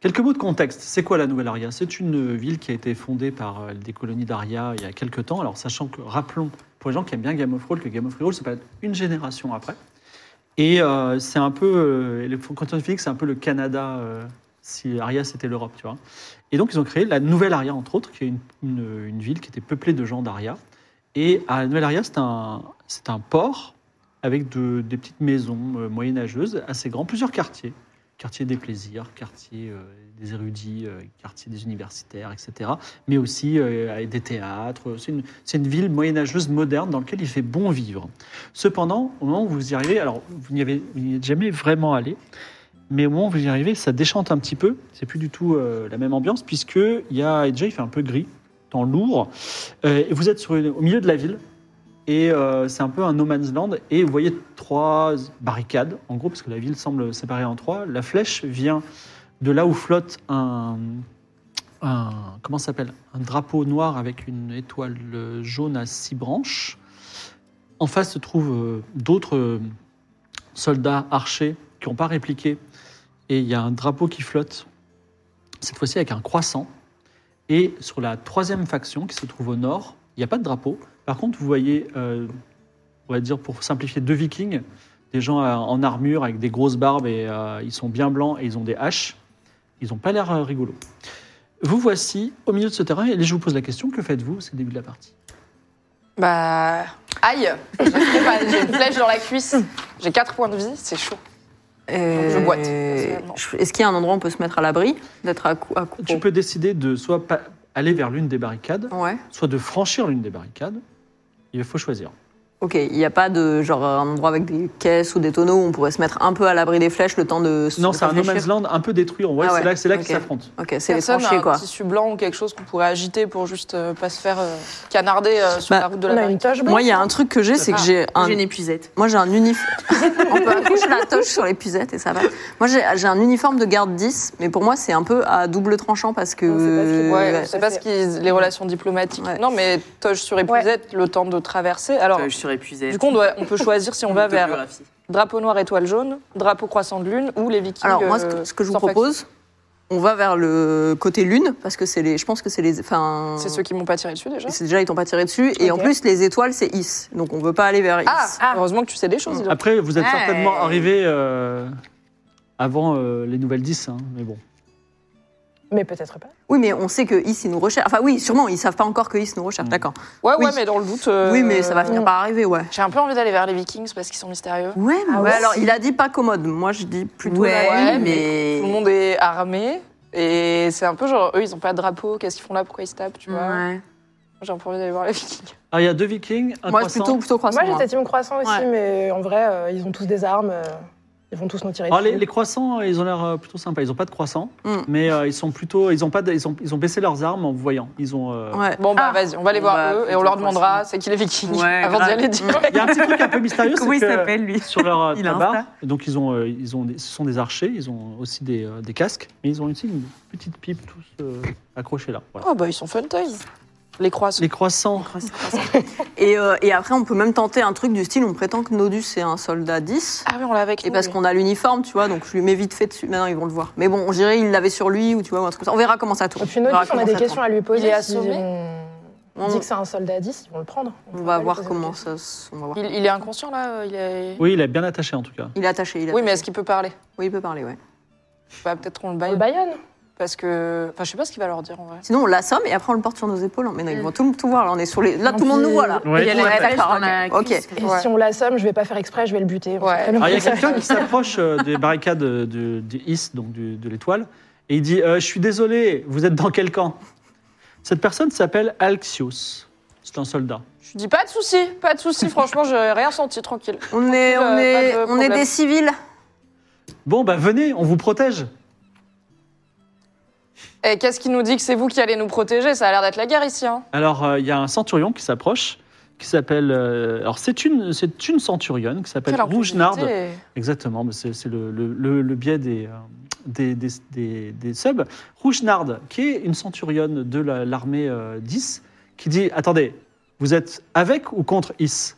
Speaker 1: Quelques mots de contexte. C'est quoi la Nouvelle-Aria C'est une euh, ville qui a été fondée par euh, des colonies d'Aria il y a quelques temps. Alors, sachant que, rappelons, pour les gens qui aiment bien Game of Thrones, que Game of Thrones, c'est pas une génération après. Et euh, c'est un peu. euh, le continent Phoenix, c'est un peu le Canada, euh, si Aria, c'était l'Europe, tu vois. Et donc, ils ont créé la Nouvelle-Aria, entre autres, qui est une, une- une ville qui était peuplée de gens d'Aria. Et à la Nouvelle-Aria, c'est un, c'est un port avec de- des petites maisons euh, moyenâgeuses, assez grands, plusieurs quartiers quartier des plaisirs, quartier euh, des érudits, euh, quartier des universitaires, etc. Mais aussi euh, avec des théâtres. C'est une, c'est une ville moyenâgeuse moderne dans laquelle il fait bon vivre. Cependant, au moment où vous y arrivez, alors vous n'y avez vous n'y êtes jamais vraiment allé, mais au moment où vous y arrivez, ça déchante un petit peu. C'est plus du tout euh, la même ambiance puisque il y a déjà il fait un peu gris, temps lourd. Euh, et vous êtes sur une- au milieu de la ville. Et euh, c'est un peu un no man's land. Et vous voyez trois barricades, en gros, parce que la ville semble séparée en trois. La flèche vient de là où flotte un. un comment ça s'appelle Un drapeau noir avec une étoile euh, jaune à six branches. En face se trouvent euh, d'autres euh, soldats archers qui n'ont pas répliqué. Et il y a un drapeau qui flotte, cette fois-ci avec un croissant. Et sur la troisième faction qui se trouve au nord, il n'y a pas de drapeau. Par contre, vous voyez, euh, on va dire pour simplifier, deux vikings, des gens euh, en armure avec des grosses barbes et euh, ils sont bien blancs et ils ont des haches. Ils n'ont pas l'air euh, rigolos. Vous voici au milieu de ce terrain et je vous pose la question que faites-vous C'est le début de la partie.
Speaker 2: Bah. Aïe Je sais pas, J'ai une flèche dans la cuisse. J'ai 4 points de vie, c'est chaud. je boite, personnellement.
Speaker 6: je- Est-ce qu'il y a un endroit où on peut se mettre à l'abri D'être à, cou- à coup.
Speaker 1: Tu peux décider de soit pas aller vers l'une des barricades,
Speaker 6: Ouais.
Speaker 1: soit de franchir l'une des barricades. Il faut choisir.
Speaker 6: Ok, il n'y a pas de genre un endroit avec des caisses ou des tonneaux où on pourrait se mettre un peu à l'abri des flèches le temps de se
Speaker 1: Non, c'est un no man's
Speaker 6: réfléchir
Speaker 1: land un peu détruit. On voit,
Speaker 6: Ah ouais,
Speaker 1: c'est là, c'est là
Speaker 6: ok.
Speaker 1: qu'ils s'affrontent.
Speaker 6: Ok, c'est les
Speaker 2: Personne a
Speaker 6: tranchées
Speaker 2: un
Speaker 6: quoi.
Speaker 2: tissu blanc ou quelque chose qu'on pourrait agiter pour juste euh, pas se faire euh, canarder euh, sur
Speaker 6: Bah,
Speaker 2: la route de la
Speaker 4: On a une
Speaker 2: barricade.
Speaker 4: toche blanche.
Speaker 6: Moi, il y a un truc que j'ai, c'est que
Speaker 2: Ah,
Speaker 6: j'ai un.
Speaker 3: J'ai une épuisette.
Speaker 6: Moi, j'ai un uniforme. on peut accrocher la toche sur l'épuisette et ça va. Moi, j'ai j'ai un uniforme de garde 10, mais pour moi, c'est un peu à double tranchant parce que.
Speaker 4: On sait pas ce qu'il-
Speaker 2: Ouais,
Speaker 4: Ouais,
Speaker 2: je
Speaker 4: ça,
Speaker 2: sais pas
Speaker 4: c'est-
Speaker 2: ce qu'ils. Les relations diplomatiques.
Speaker 6: Mm. Ouais.
Speaker 2: Non, mais toche sur épuisette, le temps de traverser. Alors,
Speaker 3: Euh, je suis épuisée.
Speaker 2: du coup, on, doit- on peut choisir si on va vers
Speaker 3: Autobiographie.
Speaker 2: drapeau noir, étoile jaune, drapeau croissant de lune ou les vikings.
Speaker 6: Alors, moi, ce
Speaker 2: euh,
Speaker 6: que, ce que je vous
Speaker 2: sans faction.
Speaker 6: propose, on va vers le côté lune parce que c'est les. Je pense que c'est les. Enfin.
Speaker 2: C'est ceux qui m'ont pas tiré dessus déjà.
Speaker 6: c'est déjà, ils t'ont pas tiré dessus. Et en
Speaker 4: Ok.
Speaker 6: plus, les étoiles, c'est Is. Donc, on veut pas aller vers Is.
Speaker 2: Ah, Heureusement que tu sais des choses. dis donc.
Speaker 1: Après, vous êtes
Speaker 3: Ouais.
Speaker 1: certainement arrivé euh, avant euh, les nouvelles 10, hein, mais bon.
Speaker 4: Mais peut-être pas.
Speaker 6: Oui, mais on sait que Is, ils nous recherchent. Enfin, oui, sûrement, ils savent pas encore que Is nous recherche.
Speaker 1: Mm.
Speaker 6: D'accord.
Speaker 2: Ouais,
Speaker 6: Ah, oui.
Speaker 2: ouais, mais dans le doute. euh,
Speaker 6: Oui, mais ça va finir par arriver, ouais.
Speaker 2: J'ai un peu envie d'aller vers les vikings parce qu'ils sont mystérieux.
Speaker 6: Ouais, mais
Speaker 4: Ah
Speaker 6: ouais,
Speaker 4: ouais,
Speaker 6: alors
Speaker 4: si.
Speaker 6: il a dit pas commode. Moi, je dis plutôt.
Speaker 3: Ouais,
Speaker 6: la lune,
Speaker 2: mais- Tout le monde est est armé. Et c'est un peu genre, eux, ils ont pas de drapeau, qu'est-ce qu'ils font là, pourquoi ils se tapent, tu vois.
Speaker 3: Ouais.
Speaker 2: J'ai un peu envie d'aller voir les vikings.
Speaker 1: Ah, il y a deux vikings, un
Speaker 7: Moi,
Speaker 1: croissant.
Speaker 7: plutôt, plutôt croissant.
Speaker 4: Moi,
Speaker 7: hein.
Speaker 4: j'étais team croissant aussi,
Speaker 7: Ouais.
Speaker 4: mais en vrai, euh, ils ont tous des armes. euh, ils vont tous nous tirer
Speaker 1: Ah,
Speaker 4: dessus.
Speaker 1: les, les croissants, ils ont l'air euh, plutôt sympas. Ils n'ont pas de croissants,
Speaker 7: Mm.
Speaker 1: mais euh, ils sont plutôt. Ils ont, pas de- ils, ont, ils ont baissé leurs armes en vous voyant. Ils ont. euh, Il
Speaker 2: Bon,
Speaker 6: Ah.
Speaker 2: bah vas-y, on va les
Speaker 3: Bon,
Speaker 2: voir
Speaker 3: bah,
Speaker 2: eux et on
Speaker 3: plutôt
Speaker 2: leur demandera
Speaker 3: croissant.
Speaker 2: c'est qui les vikings
Speaker 3: Ouais,
Speaker 2: avant d'y
Speaker 3: grave.
Speaker 2: aller direct.
Speaker 1: y a un petit truc un peu mystérieux.
Speaker 3: Comment
Speaker 1: c'est
Speaker 3: il
Speaker 1: que,
Speaker 3: s'appelle, lui
Speaker 1: Sur leur euh,
Speaker 3: Il a
Speaker 1: tabard.
Speaker 3: Insta
Speaker 1: Donc, ils ont, euh, ils ont des- ce sont des archers, ils ont aussi des, euh, des casques, mais ils ont aussi une petite pipe tous euh, accrochés là. Voilà.
Speaker 2: Oh, bah ils sont fun toys. Les croissants.
Speaker 1: Les croissants.
Speaker 6: Et, euh, et après, on peut même tenter un truc du style on prétend que Nodus est un soldat 10.
Speaker 2: Ah oui, on l'a avec
Speaker 6: Et parce qu'on a l'uniforme, tu vois, donc je lui mets vite fait dessus. Maintenant, ils vont le voir. Mais bon, on dirait il l'avait sur lui ou tu vois, ou un truc comme ça. On verra comment ça tourne.
Speaker 4: Et puis, nous,
Speaker 6: verra
Speaker 4: on
Speaker 6: comment
Speaker 4: a des
Speaker 6: ça
Speaker 4: questions à lui poser.
Speaker 2: Il est
Speaker 4: Si
Speaker 2: assommé
Speaker 4: on...
Speaker 6: On-
Speaker 4: dit que c'est un soldat 10, ils vont le prendre.
Speaker 6: tourne. On
Speaker 4: pourra
Speaker 6: va
Speaker 4: lui
Speaker 6: voir
Speaker 4: poser des
Speaker 6: comment
Speaker 4: questions.
Speaker 6: ça. se- On va voir.
Speaker 2: Il, il est inconscient là il est...
Speaker 1: Oui, il est bien attaché en tout cas.
Speaker 6: Il est attaché. Il est
Speaker 2: Oui, mais
Speaker 6: attaché.
Speaker 2: est-ce qu'il peut parler
Speaker 6: Oui, il peut parler, ouais.
Speaker 2: bah, Peut-être qu'on le
Speaker 4: Le
Speaker 2: baille.
Speaker 4: Bayonne
Speaker 2: Parce que. Enfin, je sais pas ce qu'il va leur dire en vrai.
Speaker 6: Sinon, on l'assomme et après, on le porte sur nos épaules. Mais non, ils vont tout, tout voir. Là, on est sur les... là tout le monde nous voit, là.
Speaker 1: Ouais.
Speaker 7: Il y a
Speaker 6: Ouais,
Speaker 7: les flèches
Speaker 6: d'accord,
Speaker 7: dans la
Speaker 6: ok.
Speaker 7: cuisse.
Speaker 4: Et
Speaker 2: Ouais.
Speaker 4: si on l'assomme, je vais pas faire exprès, je vais le buter. On
Speaker 2: Ouais.
Speaker 4: sait très bien
Speaker 1: Alors, Ah, il y a
Speaker 4: comment ça
Speaker 1: quelqu'un
Speaker 4: fait.
Speaker 1: qui s'approche euh, des barricades euh, du, du IS, donc du- de l'étoile, et il dit euh, Je suis désolé, vous êtes dans quel camp Cette personne s'appelle Alxios. C'est un soldat.
Speaker 2: Je dis pas de soucis, pas de soucis, franchement, j'ai rien senti, tranquille.
Speaker 6: On est, on
Speaker 2: Tranquille, euh,
Speaker 6: est,
Speaker 2: pas de
Speaker 6: on est
Speaker 2: problème.
Speaker 6: des civils.
Speaker 1: Bon, bah venez, on vous protège.
Speaker 2: Et qu'est-ce qui nous dit que c'est vous qui allez nous protéger Ça a l'air d'être la guerre ici. Hein.
Speaker 1: Alors, euh, il y a un centurion qui s'approche, qui s'appelle. euh, alors, c'est une, c'est une centurionne qui s'appelle
Speaker 2: Quelle
Speaker 1: Rougenarde.
Speaker 2: impunité.
Speaker 1: Exactement, mais c'est c'est le, le- le- le biais des, euh, des, des, des- des subs. Rougenarde, qui est une centurionne de la- l'armée euh, 10, qui dit Attendez, vous êtes avec ou contre Is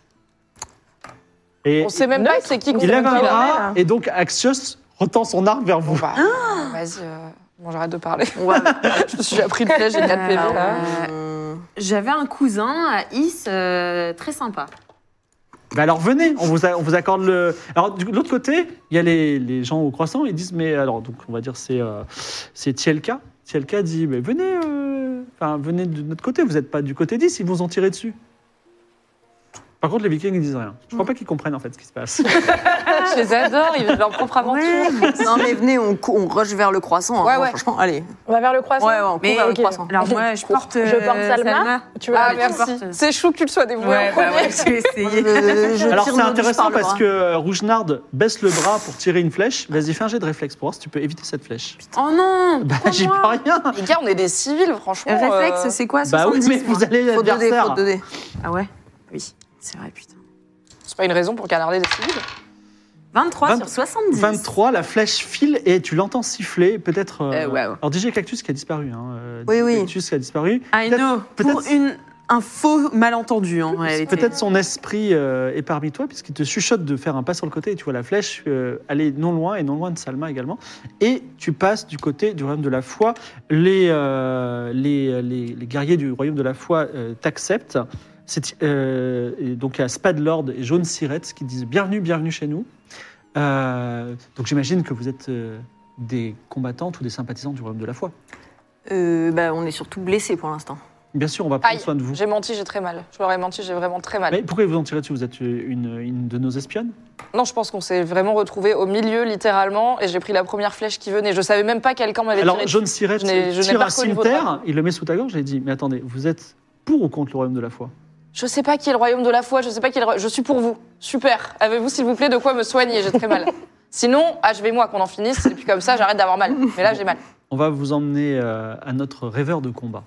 Speaker 1: Et
Speaker 2: On sait même pas c'est qui qu'on
Speaker 1: il lève un
Speaker 2: qui, hein. là.
Speaker 1: bras, et donc Axios retend son arc vers
Speaker 2: Bon,
Speaker 1: vous.
Speaker 2: bah, vas-y. euh, Bon, j'arrête de parler.
Speaker 6: On va-
Speaker 2: je me suis déjà pris de flèche, j'ai
Speaker 3: Ah
Speaker 2: 4 PV là.
Speaker 7: Euh, J'avais un cousin à Is, euh, très sympa.
Speaker 1: Bah alors venez, on vous, a- on vous accorde le. Alors du- de l'autre côté, il y a les, les gens au croissant, ils disent mais alors donc on va dire c'est euh, c'est Tielka. Tielka dit mais venez, euh, enfin venez de notre côté, vous n'êtes pas du côté 10, ils vous ont tiré dessus. Par contre les Vikings ils disent rien. Je
Speaker 6: Mm.
Speaker 1: crois pas qu'ils comprennent en fait ce qui se passe.
Speaker 2: Je les adore, ils vivent leur propre aventure.
Speaker 6: non, mais venez, on, cou- on rush vers le croissant. hein.
Speaker 2: Ouais,
Speaker 6: Moi,
Speaker 2: ouais.
Speaker 6: Franchement, allez.
Speaker 4: On va vers le croissant
Speaker 6: Ouais, ouais, on court
Speaker 7: Mais,
Speaker 6: vers le
Speaker 7: ok.
Speaker 6: croissant.
Speaker 3: Alors moi, je porte.
Speaker 4: Je porte
Speaker 3: euh,
Speaker 4: Salma. bah Tu veux
Speaker 2: Ah,
Speaker 4: la mettre
Speaker 2: merci. C'est chou que tu le sois dévoué
Speaker 3: Ouais,
Speaker 2: en
Speaker 3: bah
Speaker 2: premier.
Speaker 3: ouais, j'ai essayé.
Speaker 6: Euh, je
Speaker 1: alors
Speaker 6: tire
Speaker 1: c'est
Speaker 6: nos bûches par
Speaker 1: intéressant
Speaker 6: le
Speaker 1: parce
Speaker 6: bras.
Speaker 1: que euh, Rougenarde baisse le bras pour tirer une flèche. Vas-y fais un jet de réflexe pour voir si tu peux éviter cette flèche.
Speaker 3: Oh non
Speaker 1: Bah j'y peux rien.
Speaker 2: Les gars, on est des civils, franchement. euh,
Speaker 3: Réflexe, c'est quoi
Speaker 1: Bah oui
Speaker 3: 70,
Speaker 1: mais
Speaker 3: moi.
Speaker 1: vous allez
Speaker 6: Faut 2D,
Speaker 1: l'adversaire.
Speaker 6: faut 2D.
Speaker 3: Ah ouais Oui, c'est vrai, putain.
Speaker 2: c'est pas une raison pour canarder des civils.
Speaker 7: 23
Speaker 1: Vingt-
Speaker 7: sur 70.
Speaker 1: 23, la flèche file et tu l'entends siffler, peut-être. euh,
Speaker 3: Euh, waouh.
Speaker 1: Alors DJ Cactus qui a disparu. Hein, euh,
Speaker 6: Oui,
Speaker 1: DJ
Speaker 6: oui.
Speaker 1: Cactus qui a disparu.
Speaker 3: I
Speaker 1: Peut-être-
Speaker 3: know. Pour
Speaker 1: peut-être-
Speaker 3: une, un faux malentendu, hein, en réalité.
Speaker 1: Peut-être son esprit euh, est parmi toi, puisqu'il te chuchote de faire un pas sur le côté et tu vois la flèche euh, aller non loin et non loin de Salma également. Et tu passes du côté du royaume de la foi. Les, euh, les, les, les guerriers du royaume de la foi euh, t'acceptent. C'est, euh, et donc à Spadlord et Jaune Sirette qui disent bienvenue, bienvenue chez nous. Euh, donc j'imagine que vous êtes euh, des combattantes ou des sympathisants du royaume de la foi.
Speaker 6: Euh, bah, on est surtout blessés pour l'instant.
Speaker 1: Bien sûr, on va prendre
Speaker 2: Aïe.
Speaker 1: soin de vous.
Speaker 2: J'ai menti, j'ai très mal. Je leur ai menti, j'ai vraiment très mal.
Speaker 1: Mais pourquoi vous en tirez dessus Vous êtes une, une de nos espionnes
Speaker 2: Non, je pense qu'on s'est vraiment retrouvés au milieu, littéralement, et j'ai pris la première flèche qui venait. Je savais même pas quelqu'un m'avait
Speaker 1: Alors,
Speaker 2: tiré dessus.
Speaker 1: John Sirette
Speaker 2: Je n'ai- je n'ai
Speaker 1: tire
Speaker 2: pas
Speaker 1: un
Speaker 2: reconnu votre
Speaker 1: cimetière, il le met sous ta gorge et il dit Mais attendez, vous êtes pour ou contre le royaume de la foi
Speaker 2: Je sais pas qui est le royaume de la foi, je sais pas qui est le roi- Je suis pour vous. Super. Avez-vous, s'il vous plaît, de quoi me soigner J'ai très mal. Sinon, achevez-moi qu'on en finisse, et puis comme ça, j'arrête d'avoir mal. Mais là, j'ai mal.
Speaker 1: On va vous emmener euh, à notre rêveur de combat.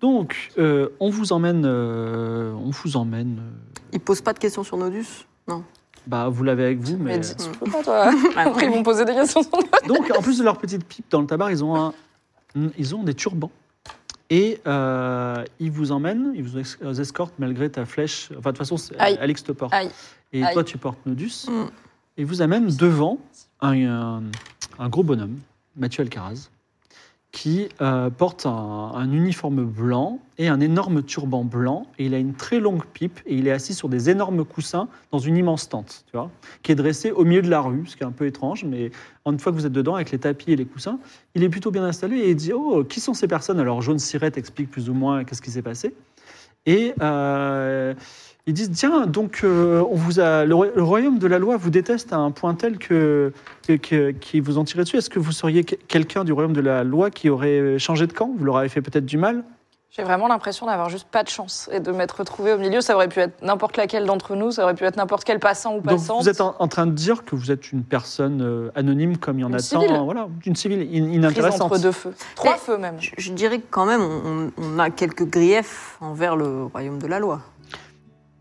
Speaker 1: Donc, euh, on vous emmène. euh, on vous emmène. euh,
Speaker 6: Ils posent pas de questions sur Nodus Non.
Speaker 1: bah, vous l'avez avec vous, mais. euh,
Speaker 2: Mais dis, tu peux pas, toi Après, ils vont me poser des questions sur moi.
Speaker 1: Donc, en plus de leur petite pipe dans le tabac, ils ont, un, hmm, ils ont des turbans. Et euh, ils vous emmènent, ils vous ex- euh, escortent malgré ta flèche. Enfin, de toute façon, c'est-
Speaker 2: Aïe.
Speaker 1: Alex te porte.
Speaker 2: Aïe.
Speaker 1: Et
Speaker 2: Aïe.
Speaker 1: toi, tu portes Nodus.
Speaker 6: Mm.
Speaker 1: Et vous amènent devant un, un- un gros bonhomme, Mathieu Alcaraz, qui euh, porte un, un uniforme blanc et un énorme turban blanc. Et il a une très longue pipe et il est assis sur des énormes coussins dans une immense tente, tu vois, qui est dressée au milieu de la rue, ce qui est un peu étrange, mais une fois que vous êtes dedans avec les tapis et les coussins, il est plutôt bien installé et il dit Oh, qui sont ces personnes Alors, Jaune Sirette explique plus ou moins qu'est-ce qui s'est passé. Et euh, ils disent tiens, donc euh, on vous a, le, roi- le royaume de la loi vous déteste à un point tel que, que, que- qu'ils vous ont tiré dessus. Est-ce que vous seriez que- quelqu'un du royaume de la loi qui aurait changé de camp Vous leur avez fait peut-être du mal
Speaker 2: J'ai vraiment l'impression d'avoir juste pas de chance et de m'être retrouvée au milieu. Ça aurait pu être n'importe laquelle d'entre nous, ça aurait pu être n'importe quel passant ou
Speaker 1: Donc
Speaker 2: passante.
Speaker 1: vous êtes en, en train de dire que vous êtes une personne euh, anonyme comme il y en
Speaker 2: Une
Speaker 1: a
Speaker 2: civile.
Speaker 1: tant, voilà, une civile in-
Speaker 2: prise
Speaker 1: inintéressante.
Speaker 2: entre deux feux. Trois
Speaker 6: Mais-
Speaker 2: feux même.
Speaker 6: Je, je dirais que quand même, on, on- on a quelques griefs envers le royaume de la loi.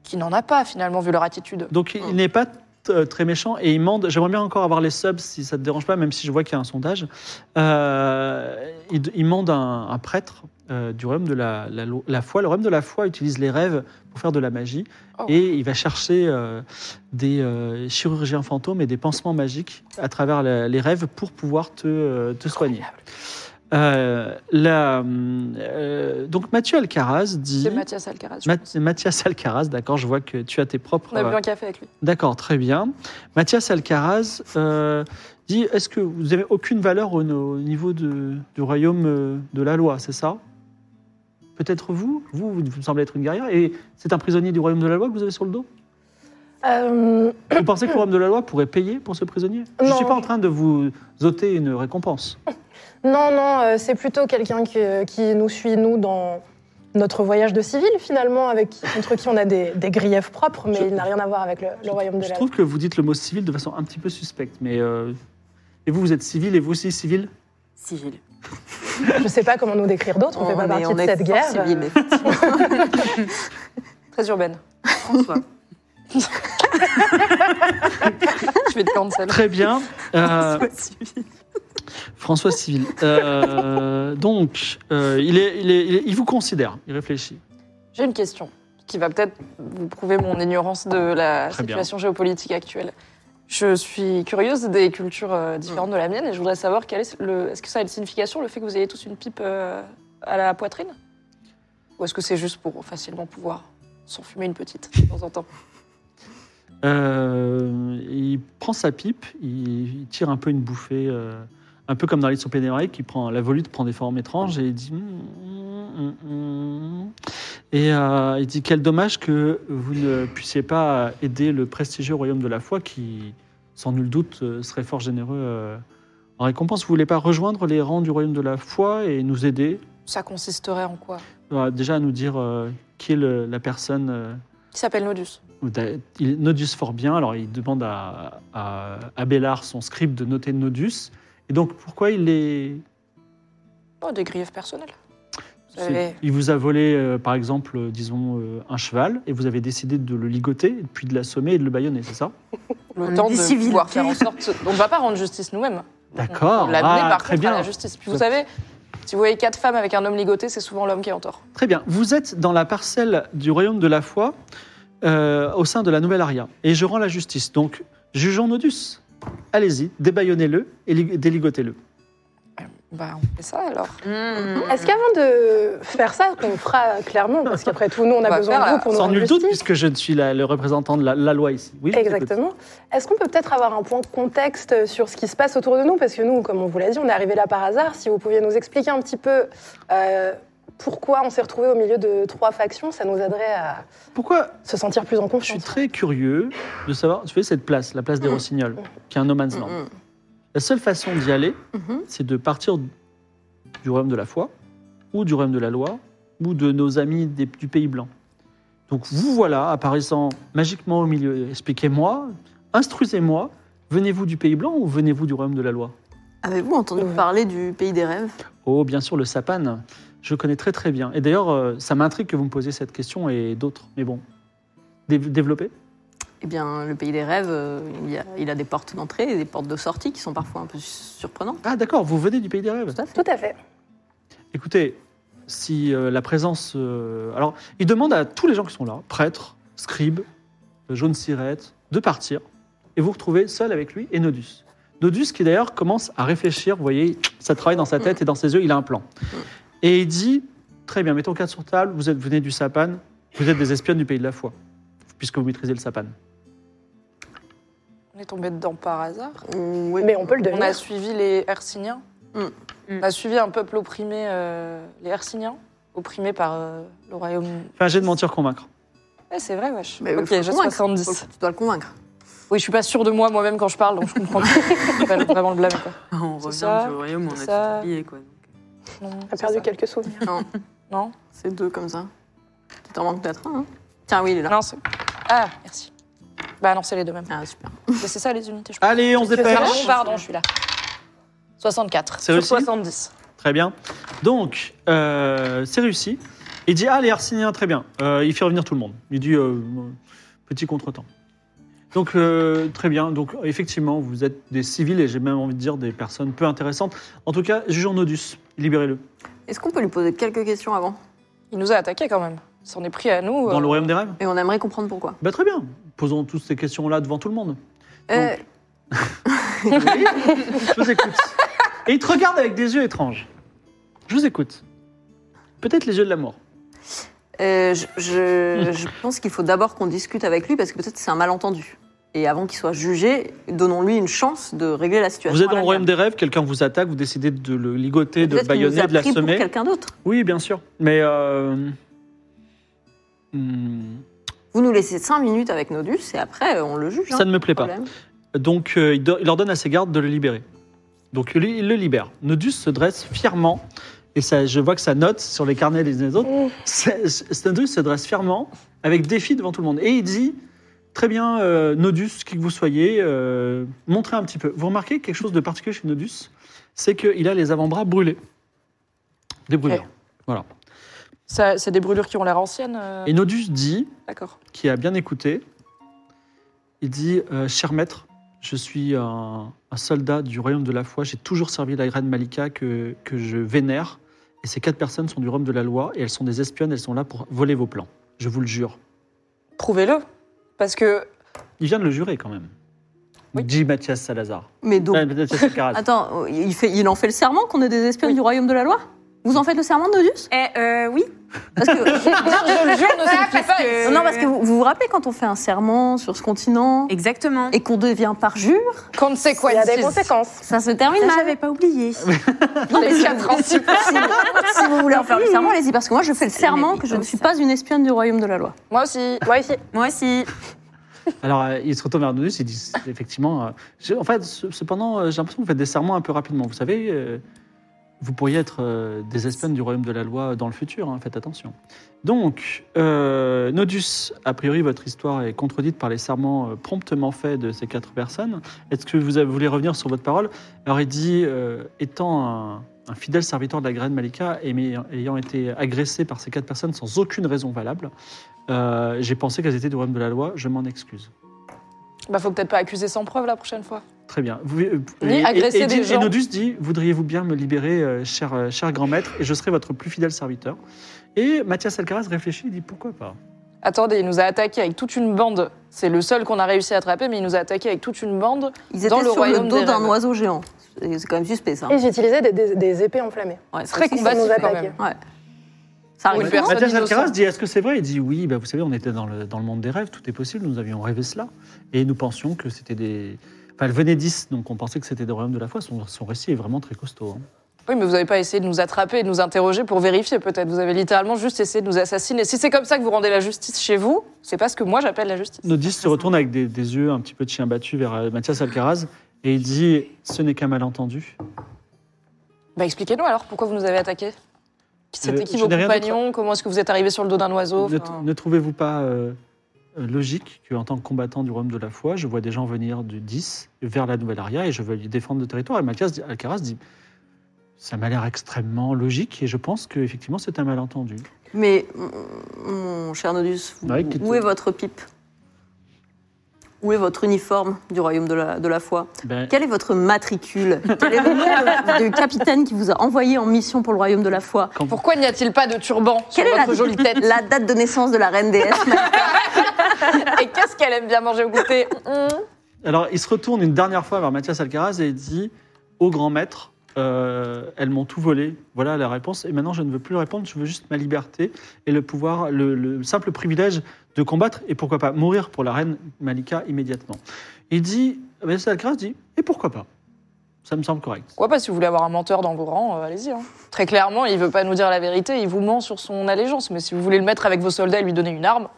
Speaker 2: Qui n'en a pas finalement vu leur attitude.
Speaker 1: Donc il n'est pas euh, très méchant et il demande, j'aimerais bien encore avoir les subs si ça ne te dérange pas, même si je vois qu'il y a un sondage. Euh, il, il demande un, un prêtre euh, du royaume de la, la lo- la foi. Le royaume de la foi utilise les rêves pour faire de la magie
Speaker 2: Oh.
Speaker 1: et il va chercher euh, des euh, chirurgiens fantômes et des pansements magiques à travers la- les rêves pour pouvoir te, euh, te soigner. Euh, la, euh, donc Mathieu Alcaraz dit...
Speaker 2: C'est Mathias Alcaraz. je
Speaker 1: Ma-
Speaker 2: pense.
Speaker 1: Mathias Alcaraz, d'accord, je vois que tu as tes propres...
Speaker 2: On a bu
Speaker 1: euh,
Speaker 2: un café avec lui.
Speaker 1: D'accord, très bien. Mathias Alcaraz euh, dit est-ce que vous n'avez aucune valeur au, au niveau de- du royaume euh, de la loi, c'est ça Peut-être vous vous, vous vous semblez être une guerrière et c'est un prisonnier du royaume de la loi que vous avez sur le dos
Speaker 4: Euh,
Speaker 1: Vous pensez que le royaume de la loi pourrait payer pour ce prisonnier Je ne
Speaker 4: Non.
Speaker 1: suis pas en train de vous ôter une récompense.
Speaker 4: non, non, euh, c'est plutôt quelqu'un qui, euh, qui nous suit, nous, dans notre voyage de civil, finalement, avec, contre qui on a des, des griefs propres, mais
Speaker 1: Je-
Speaker 4: il n'a rien à voir avec le, le royaume de
Speaker 1: Je
Speaker 4: la
Speaker 1: trouve que vous dites le mot civil de façon un petit peu suspecte, mais. euh, et vous, vous êtes civil et vous aussi civil
Speaker 3: Civil.
Speaker 4: Je ne sais pas comment nous décrire d'autres, on
Speaker 1: Oh,
Speaker 4: ne fait pas
Speaker 6: est-
Speaker 4: partie de
Speaker 6: est
Speaker 4: cette
Speaker 6: fort
Speaker 4: guerre.
Speaker 6: civil,
Speaker 4: Euh,
Speaker 6: effectivement.
Speaker 2: Très urbaine.
Speaker 3: François.
Speaker 2: Je vais te cancel.
Speaker 1: Très bien. Euh,
Speaker 3: Civil.
Speaker 1: François Civil. Euh, donc, euh, il, est, il, est- il est- il vous considère, il réfléchit.
Speaker 2: J'ai une question qui va peut-être vous prouver mon ignorance de la
Speaker 1: Très bien.
Speaker 2: situation géopolitique actuelle. Je suis curieuse des cultures euh, différentes de la mienne et je voudrais savoir quelle est le. Est-ce que ça a une signification le fait que vous ayez tous une pipe euh, à la poitrine Ou est-ce que c'est juste pour euh, facilement pouvoir s'en fumer une petite de temps en temps
Speaker 1: Euh, il prend sa pipe, il, il tire un peu une bouffée, euh, un peu comme dans l'île sur Pénérail, qui prend la volute prend des formes étranges et il dit. Mm, mm, mm, mm. Et euh, il dit quel dommage que vous ne puissiez pas aider le prestigieux royaume de la foi qui, sans nul doute, euh, serait fort généreux euh, en récompense. Vous voulez pas rejoindre les rangs du royaume de la foi et nous aider
Speaker 2: Ça consisterait en quoi
Speaker 1: Euh, déjà à nous dire euh, qui est le- la personne. euh,
Speaker 2: Qui s'appelle Nodus.
Speaker 1: où t'as- il, Nodus fort bien. Alors il demande à, à Abélard, son scribe, de noter Nodus. Et donc pourquoi il est.
Speaker 2: Oh, des griefs personnels. Vous
Speaker 1: c'est-
Speaker 2: avez-
Speaker 1: Il vous a volé, euh, par exemple, euh, disons, euh, un cheval, et vous avez décidé de le ligoter, et puis de l'assommer et de le bâillonner, c'est ça
Speaker 2: le
Speaker 3: On
Speaker 2: temps
Speaker 3: est des
Speaker 2: de
Speaker 3: civilités.
Speaker 2: pouvoir faire en sorte. On ne va pas rendre justice nous-mêmes.
Speaker 1: D'accord.
Speaker 2: On peut L'amener
Speaker 1: Ah,
Speaker 2: par
Speaker 1: très
Speaker 2: contre
Speaker 1: bien.
Speaker 2: à la justice. Puis vous savez, si vous voyez quatre femmes avec un homme ligoté, c'est souvent l'homme qui est en tort.
Speaker 1: Très bien. Vous êtes dans la parcelle du royaume de la foi, euh, au sein de la nouvelle aria. Et je rends la justice. Donc, jugeons Nodus. Allez-y, débaillonnez-le et li- déligotez-le.
Speaker 2: Bah, on fait ça alors.
Speaker 6: Mm,
Speaker 4: Est-ce qu'avant de faire ça, qu'on fera clairement, parce qu'après tout, nous, on a
Speaker 2: On va
Speaker 4: besoin
Speaker 2: faire
Speaker 4: de vous
Speaker 2: la-
Speaker 4: pour nous
Speaker 1: Sans
Speaker 4: rendre
Speaker 1: nul doute,
Speaker 4: justice.
Speaker 1: puisque je ne suis la- le représentant de la, la loi ici. Oui, je vous écoute.
Speaker 4: Exactement. Est-ce qu'on peut peut-être avoir un point de contexte sur ce qui se passe autour de nous Parce que nous, comme on vous l'a dit, on est arrivé là par hasard. Si vous pouviez nous expliquer un petit peu euh, pourquoi on s'est retrouvé au milieu de trois factions, ça nous aiderait à
Speaker 1: Pourquoi
Speaker 4: se sentir plus en
Speaker 1: Je suis
Speaker 4: confiance.
Speaker 1: très curieux de savoir, tu fais cette place, la
Speaker 4: Mm.
Speaker 1: place des Rossignols, qui est un no man's
Speaker 6: mm,
Speaker 1: land. La seule façon d'y aller,
Speaker 4: Mm-hmm.
Speaker 1: c'est de partir du royaume de la foi, ou du royaume de la loi, ou de nos amis des- du Pays Blanc. Donc vous voilà, apparaissant magiquement au milieu. Expliquez-moi, instruisez-moi, venez-vous du Pays Blanc ou venez-vous du royaume de la loi
Speaker 6: Avez-vous entendu
Speaker 4: Ouais.
Speaker 6: parler du pays des rêves
Speaker 1: Oh, bien sûr, le sapane, je connais très très bien. Et d'ailleurs, euh, ça m'intrigue que vous me posiez cette question et d'autres. Mais bon, Dé- développez.
Speaker 6: Eh bien, le pays des rêves, euh, il, y a, il a des portes d'entrée et des portes de sortie qui sont parfois un peu surprenantes.
Speaker 1: Ah d'accord, vous venez du Pays des Rêves.
Speaker 4: Tout à fait.
Speaker 1: Écoutez, si euh, la présence... euh, alors, il demande à tous les gens qui sont là, prêtres, scribes, euh, jaune sirette, de partir, et vous vous retrouvez seul avec lui et Nodus. Nodus qui d'ailleurs commence à réfléchir, vous voyez, ça travaille dans sa tête et dans ses yeux, il a un plan. Et il dit, très bien, mettons quatre sur table, vous êtes, venez du sapane, vous êtes des espions du pays de la foi, puisque vous maîtrisez le sapane.
Speaker 2: On est tombé dedans par hasard.
Speaker 3: Mm,
Speaker 6: Oui.
Speaker 4: Mais on peut le
Speaker 2: On a
Speaker 4: devenir.
Speaker 2: suivi les Herciniens.
Speaker 6: Mm.
Speaker 2: On a suivi un peuple opprimé, euh, les Herciniens. opprimés par euh, le royaume.
Speaker 1: Fais un jet de mentir convaincre.
Speaker 2: Ouais, c'est vrai, wesh.
Speaker 3: Mais
Speaker 2: ok,
Speaker 3: faut le
Speaker 2: j'ai
Speaker 3: convaincre.
Speaker 2: 70.
Speaker 3: Tu dois le convaincre.
Speaker 2: Oui, je suis pas sûre de moi moi-même quand je parle, donc je comprends pas. Je vais pas vraiment le blâmer, quoi.
Speaker 3: On
Speaker 2: C'est
Speaker 3: revient
Speaker 2: ça,
Speaker 3: du royaume, on
Speaker 2: c'est
Speaker 3: a
Speaker 2: ça.
Speaker 3: tout oublié, quoi.
Speaker 2: Non,
Speaker 4: T'as
Speaker 2: c'est
Speaker 4: perdu
Speaker 2: ça.
Speaker 4: quelques souvenirs.
Speaker 2: Non
Speaker 6: C'est deux comme ça. Tu t'en manques peut-être un. hein. Tiens, oui, il est là.
Speaker 2: Non, c'est. Ah, merci. Bah non, c'est les deux mêmes.
Speaker 6: Ah, super.
Speaker 2: Mais c'est ça, les unités, je
Speaker 1: Allez, on se
Speaker 2: Pardon,
Speaker 1: dépêche.
Speaker 2: pardon, je suis là. 64.
Speaker 1: C'est
Speaker 2: Sur
Speaker 1: réussi
Speaker 2: 70.
Speaker 1: Très bien. Donc, euh, c'est réussi. Il dit Ah, les Arsiniens, très bien. Euh, il fait revenir tout le monde. Il dit euh, Petit contretemps. Donc, euh, très bien. Donc, effectivement, vous êtes des civils et j'ai même envie de dire des personnes peu intéressantes. En tout cas, jugeons Nodus. Libérez-le.
Speaker 6: Est-ce qu'on peut lui poser quelques questions avant
Speaker 2: Il nous a attaqués quand même. Il s'en est pris à nous.
Speaker 1: Dans
Speaker 2: euh,
Speaker 1: le royaume des rêves
Speaker 6: Et on aimerait comprendre pourquoi.
Speaker 1: bah, Très bien. Posons toutes ces questions-là devant tout le monde.
Speaker 6: Euh,
Speaker 2: eh,
Speaker 1: Je vous écoute. Et il te regarde avec des yeux étranges. Je vous écoute. Peut-être les yeux de l'amour.
Speaker 6: euh, je, je- je pense qu'il faut d'abord qu'on discute avec lui parce que peut-être c'est un malentendu. Et avant qu'il soit jugé, donnons-lui une chance de régler la situation.
Speaker 1: Vous êtes
Speaker 6: à
Speaker 1: dans le
Speaker 6: l'avenir.
Speaker 1: royaume des rêves, quelqu'un vous attaque, vous décidez de le ligoter, de le
Speaker 6: Peut-être qu'il nous
Speaker 1: baïonner,
Speaker 6: a
Speaker 1: de
Speaker 6: pris pour
Speaker 1: l'assommer.
Speaker 6: quelqu'un d'autre.
Speaker 1: Oui, bien sûr. Mais. euh, hmm,
Speaker 6: Vous nous laissez cinq minutes avec Nodus et après euh, on le juge. hein,
Speaker 1: ça ne me plaît pas.
Speaker 6: problème.
Speaker 1: Donc, euh, il, do- il ordonne à ses gardes de le libérer. Donc, il, il le libère. Nodus se dresse fièrement. Et ça, je vois que ça note sur les carnets des uns et des autres. C'est- c'est- Nodus se dresse fièrement, avec défi devant tout le monde. Et il dit Très bien, euh, Nodus, qui que vous soyez, euh, montrez un petit peu. Vous remarquez quelque chose de particulier chez Nodus C'est qu'il a les avant-bras brûlés. Des brûlures.
Speaker 2: ça- C'est des brûlures qui ont l'air anciennes. euh,
Speaker 1: Et Nodus dit
Speaker 2: D'accord.
Speaker 1: qui a bien écouté. Il dit euh, Cher maître, je suis un, un soldat du royaume de la foi. J'ai toujours servi la reine Malika que, que je vénère. Et ces quatre personnes sont du royaume de la loi et elles sont des espionnes. Elles sont là pour voler vos plans. Je vous le jure.
Speaker 2: Prouvez-le. Parce que.
Speaker 1: Il vient de le jurer quand même.
Speaker 2: Oui.
Speaker 1: Dit Mathias Salazar.
Speaker 6: Mais donc,
Speaker 1: Ah, Mathias Alcaraz.
Speaker 6: attends, euh, il, fait, il en fait le serment qu'on est des espionnes du royaume de la loi Vous en faites le serment, Nodus
Speaker 7: Eh, euh, oui.
Speaker 6: Parce que-
Speaker 2: Je le jure, ne
Speaker 7: Ah,
Speaker 2: s'écrit
Speaker 7: parce
Speaker 2: pas.
Speaker 7: que-
Speaker 6: Non, parce que vous, vous vous rappelez quand on fait un serment sur ce continent
Speaker 3: Exactement.
Speaker 6: et qu'on devient parjure,
Speaker 4: Il y a des
Speaker 2: Consequences.
Speaker 4: conséquences.
Speaker 6: ça se termine
Speaker 3: Ça,
Speaker 6: mal.
Speaker 3: j'avais pas oublié.
Speaker 6: Non, mais si,
Speaker 2: quatre ans,
Speaker 6: si, si vous voulez en faire le serment, allez-y, parce que moi je fais le serment que je ne suis pas une espionne du royaume de la loi.
Speaker 2: Moi aussi.
Speaker 4: Moi aussi.
Speaker 3: Moi aussi.
Speaker 1: Alors, euh, il se retourne vers Nodus et dit effectivement. euh, j'ai- en fait, ce- cependant, euh, j'ai l'impression que vous faites des serments un peu rapidement. Vous savez, euh, vous pourriez être euh, des espionnes du royaume de la loi dans le futur. hein, faites attention. Donc, euh, Nodus, a priori, votre histoire est contredite par les serments euh, promptement faits de ces quatre personnes. Est-ce que vous avez- voulez revenir sur votre parole Alors, il dit euh, étant un, un fidèle serviteur de la graine Malika et m'ayant- ayant été agressé par ces quatre personnes sans aucune raison valable, euh, j'ai pensé qu'elles étaient du royaume de la loi. Je m'en excuse.
Speaker 2: Bah, faut peut-être pas accuser sans preuve la prochaine fois.
Speaker 1: Très bien. Vous, euh,
Speaker 2: Ni agresser des
Speaker 1: dit-
Speaker 2: gens.
Speaker 1: Nodus dit Voudriez-vous bien me libérer, euh, cher, euh, cher grand maître, et je serai votre plus fidèle serviteur Et Mathias Alcaraz réfléchit il dit Pourquoi pas
Speaker 2: Attendez, il nous a attaqué avec toute une bande. C'est le seul qu'on a réussi à attraper, mais il nous a attaqué avec toute une bande.
Speaker 6: Ils étaient
Speaker 2: Dans le
Speaker 6: sur le
Speaker 2: royaume
Speaker 6: dos
Speaker 2: des
Speaker 6: d'un
Speaker 2: rêves.
Speaker 6: oiseau géant. C'est c'est quand même suspect ça.
Speaker 4: Et j'utilisais des, des- des épées enflammées.
Speaker 6: Ouais, ça
Speaker 2: Très
Speaker 6: aussi,
Speaker 4: Pour nous
Speaker 2: combatif quand
Speaker 4: attaquer.
Speaker 2: même.
Speaker 6: Ça
Speaker 2: Ou
Speaker 6: arrive.
Speaker 2: une personne
Speaker 1: Mathias
Speaker 2: innocente.
Speaker 1: Alcaraz dit Est-ce que c'est vrai Il dit Oui, bah, vous savez, on était dans le, dans le monde des rêves, tout est possible, nous avions rêvé cela. Et nous pensions que c'était des. Enfin, elle venait 10, donc on pensait que c'était des royaumes de la foi. Son, son récit est vraiment très costaud. hein.
Speaker 2: Oui, mais vous n'avez pas essayé de nous attraper et de nous interroger pour vérifier, peut-être. Vous avez littéralement juste essayé de nous assassiner. Si c'est comme ça que vous rendez la justice chez vous, c'est pas ce que moi j'appelle la justice.
Speaker 1: Nodis se retourne avec des, des yeux un petit peu de chien battu vers euh, Mathias Alcaraz et il dit Ce n'est qu'un malentendu.
Speaker 2: Bah, expliquez-nous alors pourquoi vous nous avez attaqués. Qui
Speaker 1: Euh,
Speaker 2: C'était qui
Speaker 1: je
Speaker 2: vos
Speaker 1: n'ai rien d'autre.
Speaker 2: compagnons Comment est-ce que vous êtes arrivés sur le dos d'un oiseau
Speaker 1: Ne,
Speaker 2: Enfin,
Speaker 1: ne trouvez-vous pas euh, euh, logique qu'en tant que combattant du royaume de la foi, je vois des gens venir du 10 vers la Nouvelle-Aria et je veux lui défendre le territoire Et Mathias dit- Alcaraz dit Ça m'a l'air extrêmement logique et je pense qu'effectivement c'est un malentendu.
Speaker 6: Mais mm, mon cher Nodus, vous-
Speaker 1: Ouais, qui te-
Speaker 6: où est votre pipe Où est votre uniforme du royaume de la, de la foi
Speaker 1: Ben,
Speaker 6: Quel est votre matricule Quel est le nom de- du capitaine qui vous a envoyé en mission pour le royaume de la foi
Speaker 2: Pourquoi n'y a-t-il pas de turban sur
Speaker 6: Quelle est
Speaker 2: votre
Speaker 6: la,
Speaker 2: jolie tête
Speaker 6: la date de naissance de la reine déesse
Speaker 2: Et qu'est-ce qu'elle aime bien manger au goûter Hum, hum.
Speaker 1: Alors il se retourne une dernière fois vers Mathias Alcaraz et il dit Ô grand maître, euh, elles m'ont tout volé. Voilà la réponse. Et maintenant je ne veux plus répondre, je veux juste ma liberté et le pouvoir, le, le simple privilège de combattre et pourquoi pas mourir pour la reine Malika immédiatement. Il dit, Mathias Alcaraz dit, et pourquoi pas Ça me semble correct.
Speaker 2: Pourquoi pas, bah, si vous voulez avoir un menteur dans vos rangs, euh, allez-y. hein. Très clairement, il veut pas nous dire la vérité, il vous ment sur son allégeance. Mais si vous voulez le mettre avec vos soldats et lui donner une arme,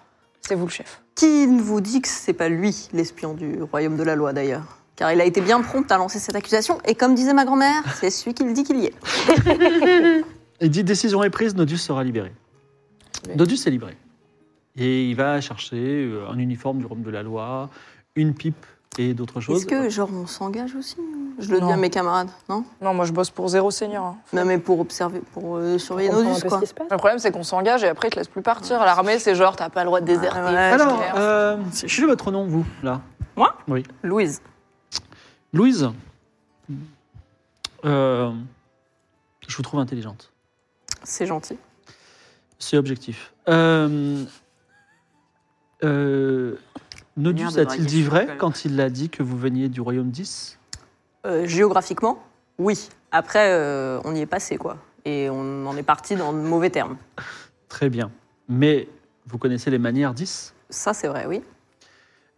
Speaker 2: c'est vous le chef.
Speaker 6: Qui ne vous dit que c'est pas lui l'espion du royaume de la loi d'ailleurs Car il a été bien prompt à lancer cette accusation et comme disait ma grand-mère, c'est celui qui le dit qu'il y est.
Speaker 1: Il dit décision est prise, Nodus sera libéré.
Speaker 2: Oui.
Speaker 1: Nodus est libéré. Et il va chercher euh, un uniforme du royaume de la loi, une pipe et d'autres choses.
Speaker 6: Est-ce que genre on s'engage aussi ou Je le dis
Speaker 2: Non.
Speaker 6: à mes camarades, non
Speaker 2: Non, moi je bosse pour zéro seigneur. hein.
Speaker 6: Non mais pour observer, pour euh, surveiller
Speaker 4: comprend
Speaker 6: nos
Speaker 4: un peu
Speaker 6: quoi.
Speaker 4: ce qui se passe.
Speaker 2: Le problème, c'est qu'on s'engage et après, ils te laissent plus partir. À l'armée, c'est genre, t'as pas le droit de déserter.
Speaker 6: Ah,
Speaker 3: Ah,
Speaker 6: Ouais,
Speaker 1: Alors, euh, quel est votre nom, vous, là
Speaker 6: Louise.
Speaker 1: Louise Euh, Je vous trouve intelligente.
Speaker 2: c'est gentil.
Speaker 1: C'est objectif. Euh, euh, Nodus
Speaker 3: Merde,
Speaker 1: a-t-il dit
Speaker 3: draguer, je suis
Speaker 1: vrai
Speaker 3: pas là.
Speaker 1: quand il a dit que vous veniez du royaume 10
Speaker 6: Euh, géographiquement, oui. Après, euh, on y est passé quoi. Et on en est parti dans de mauvais termes.
Speaker 1: Très bien. Mais vous connaissez les manières 10
Speaker 6: Ça c'est vrai, oui.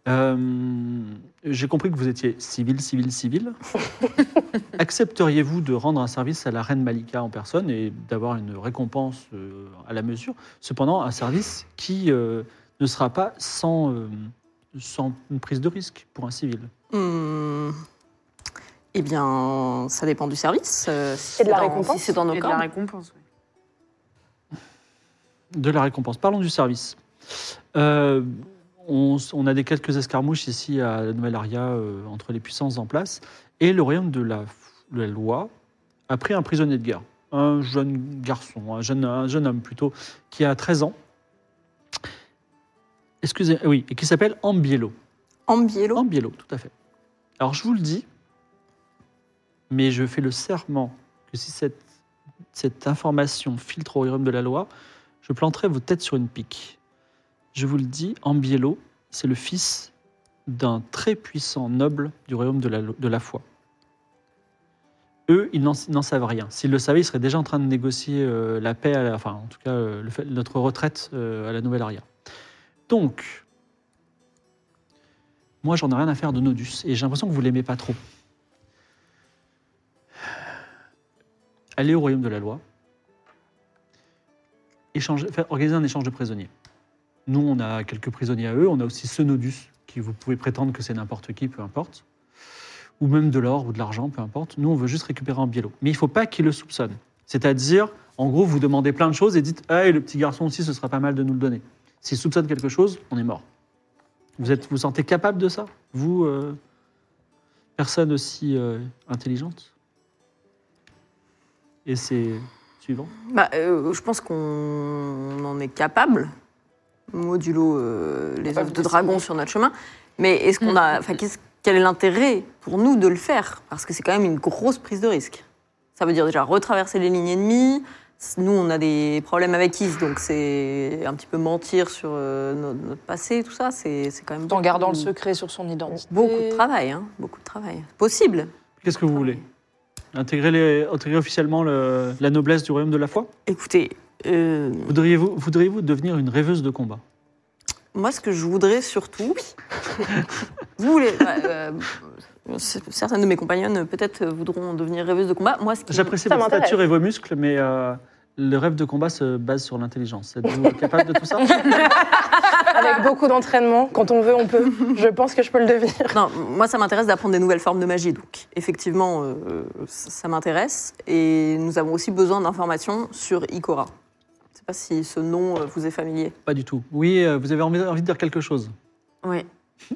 Speaker 1: Euh, J'ai compris que vous étiez civil, civil, civil. Accepteriez-vous de rendre un service à la reine Malika en personne et d'avoir une récompense euh, à la mesure Cependant, un service qui euh, ne sera pas sans, euh, sans une prise de risque pour un civil.
Speaker 6: Hmm. Eh bien, ça dépend du service. euh, si
Speaker 4: Et de la
Speaker 6: c'est dans-
Speaker 4: récompense.
Speaker 6: Si c'est dans nos
Speaker 3: Et de
Speaker 6: corps.
Speaker 3: la récompense. ouais.
Speaker 1: De la récompense. Parlons du service. Euh, on, s- on a des quelques escarmouches ici à la Nouvelle Aria euh, entre les puissances en place. Et le royaume de la, de la loi a pris un prisonnier de guerre. Un jeune garçon, un jeune, un jeune homme plutôt, qui a 13 ans. Excusez, oui, et qui s'appelle Ambiello.
Speaker 6: Ambiello.
Speaker 1: Ambiello, tout à fait. Alors je vous le dis, mais je fais le serment que si cette, cette information filtre au royaume de la loi, je planterai vos têtes sur une pique. Je vous le dis, Ambiello, c'est le fils d'un très puissant noble du royaume de la, lo- de la foi. Eux, ils n'en ils n'en savent rien. S'ils le savaient, ils seraient déjà en train de négocier euh, la paix, à la- enfin en tout cas euh, le fait- notre retraite euh, à la nouvelle aria. Donc, moi j'en ai rien à faire de Nodus et j'ai l'impression que vous l'aimez pas trop. Allez au royaume de la loi, échanger- faire- organiser un échange de prisonniers. Nous, on a quelques prisonniers à eux, on a aussi ce Nodus, qui vous pouvez prétendre que c'est n'importe qui, peu importe, ou même de l'or ou de l'argent, peu importe. Nous, on veut juste récupérer un biello. Mais il ne faut pas qu'il le soupçonne. C'est-à-dire, en gros, vous demandez plein de choses et dites Hey, le petit garçon aussi, ce sera pas mal de nous le donner. S'il soupçonne quelque chose, on est mort. Vous êtes, vous sentez capable de ça Vous, euh, personne aussi euh, intelligente Et c'est suivant
Speaker 6: Bah, euh, je pense qu'on en est capable, modulo euh, les œufs de dragon sur notre chemin. Mais est-ce qu'on a, enfin, qu'est-ce- quel est l'intérêt pour nous de le faire Parce que c'est quand même une grosse prise de risque. Ça veut dire déjà retraverser les lignes ennemies. Nous, on a des problèmes avec Is, donc c'est un petit peu mentir sur euh, no- notre, passé, tout ça. C'est c'est quand même
Speaker 2: Tout en gardant le
Speaker 4: Mm.
Speaker 6: beaucoup-
Speaker 2: secret sur son identité.
Speaker 6: Beaucoup de travail, hein, beaucoup de travail. Possible.
Speaker 1: Qu'est-ce que vous voulez intégrer, les- intégrer officiellement le- la noblesse du royaume de la foi
Speaker 6: Écoutez, euh,
Speaker 1: Voudriez-vous voudriez -vous devenir une rêveuse de combat
Speaker 6: Moi, ce que je voudrais surtout. vous voulez. bah, euh, c'est- certaines de mes compagnonnes, euh, peut-être, euh, voudront devenir rêveuses de combat. Moi, ce qui.
Speaker 1: J'apprécie
Speaker 4: Ça
Speaker 1: votre
Speaker 4: m'intéresse.
Speaker 1: stature et vos muscles, mais euh, le rêve de combat se base sur l'intelligence. Êtes-vous capable de tout ça
Speaker 4: Avec beaucoup d'entraînement, quand on veut, on peut. Je pense que je peux le devenir.
Speaker 6: Non, moi, ça m'intéresse d'apprendre des nouvelles formes de magie. Donc, effectivement, euh, euh, ça, ça m'intéresse. Et nous avons aussi besoin d'informations sur Ikora. Je ne sais pas si ce nom euh, vous est familier.
Speaker 1: Pas du tout. Oui, euh, vous avez envie, envie de dire quelque chose
Speaker 3: Oui.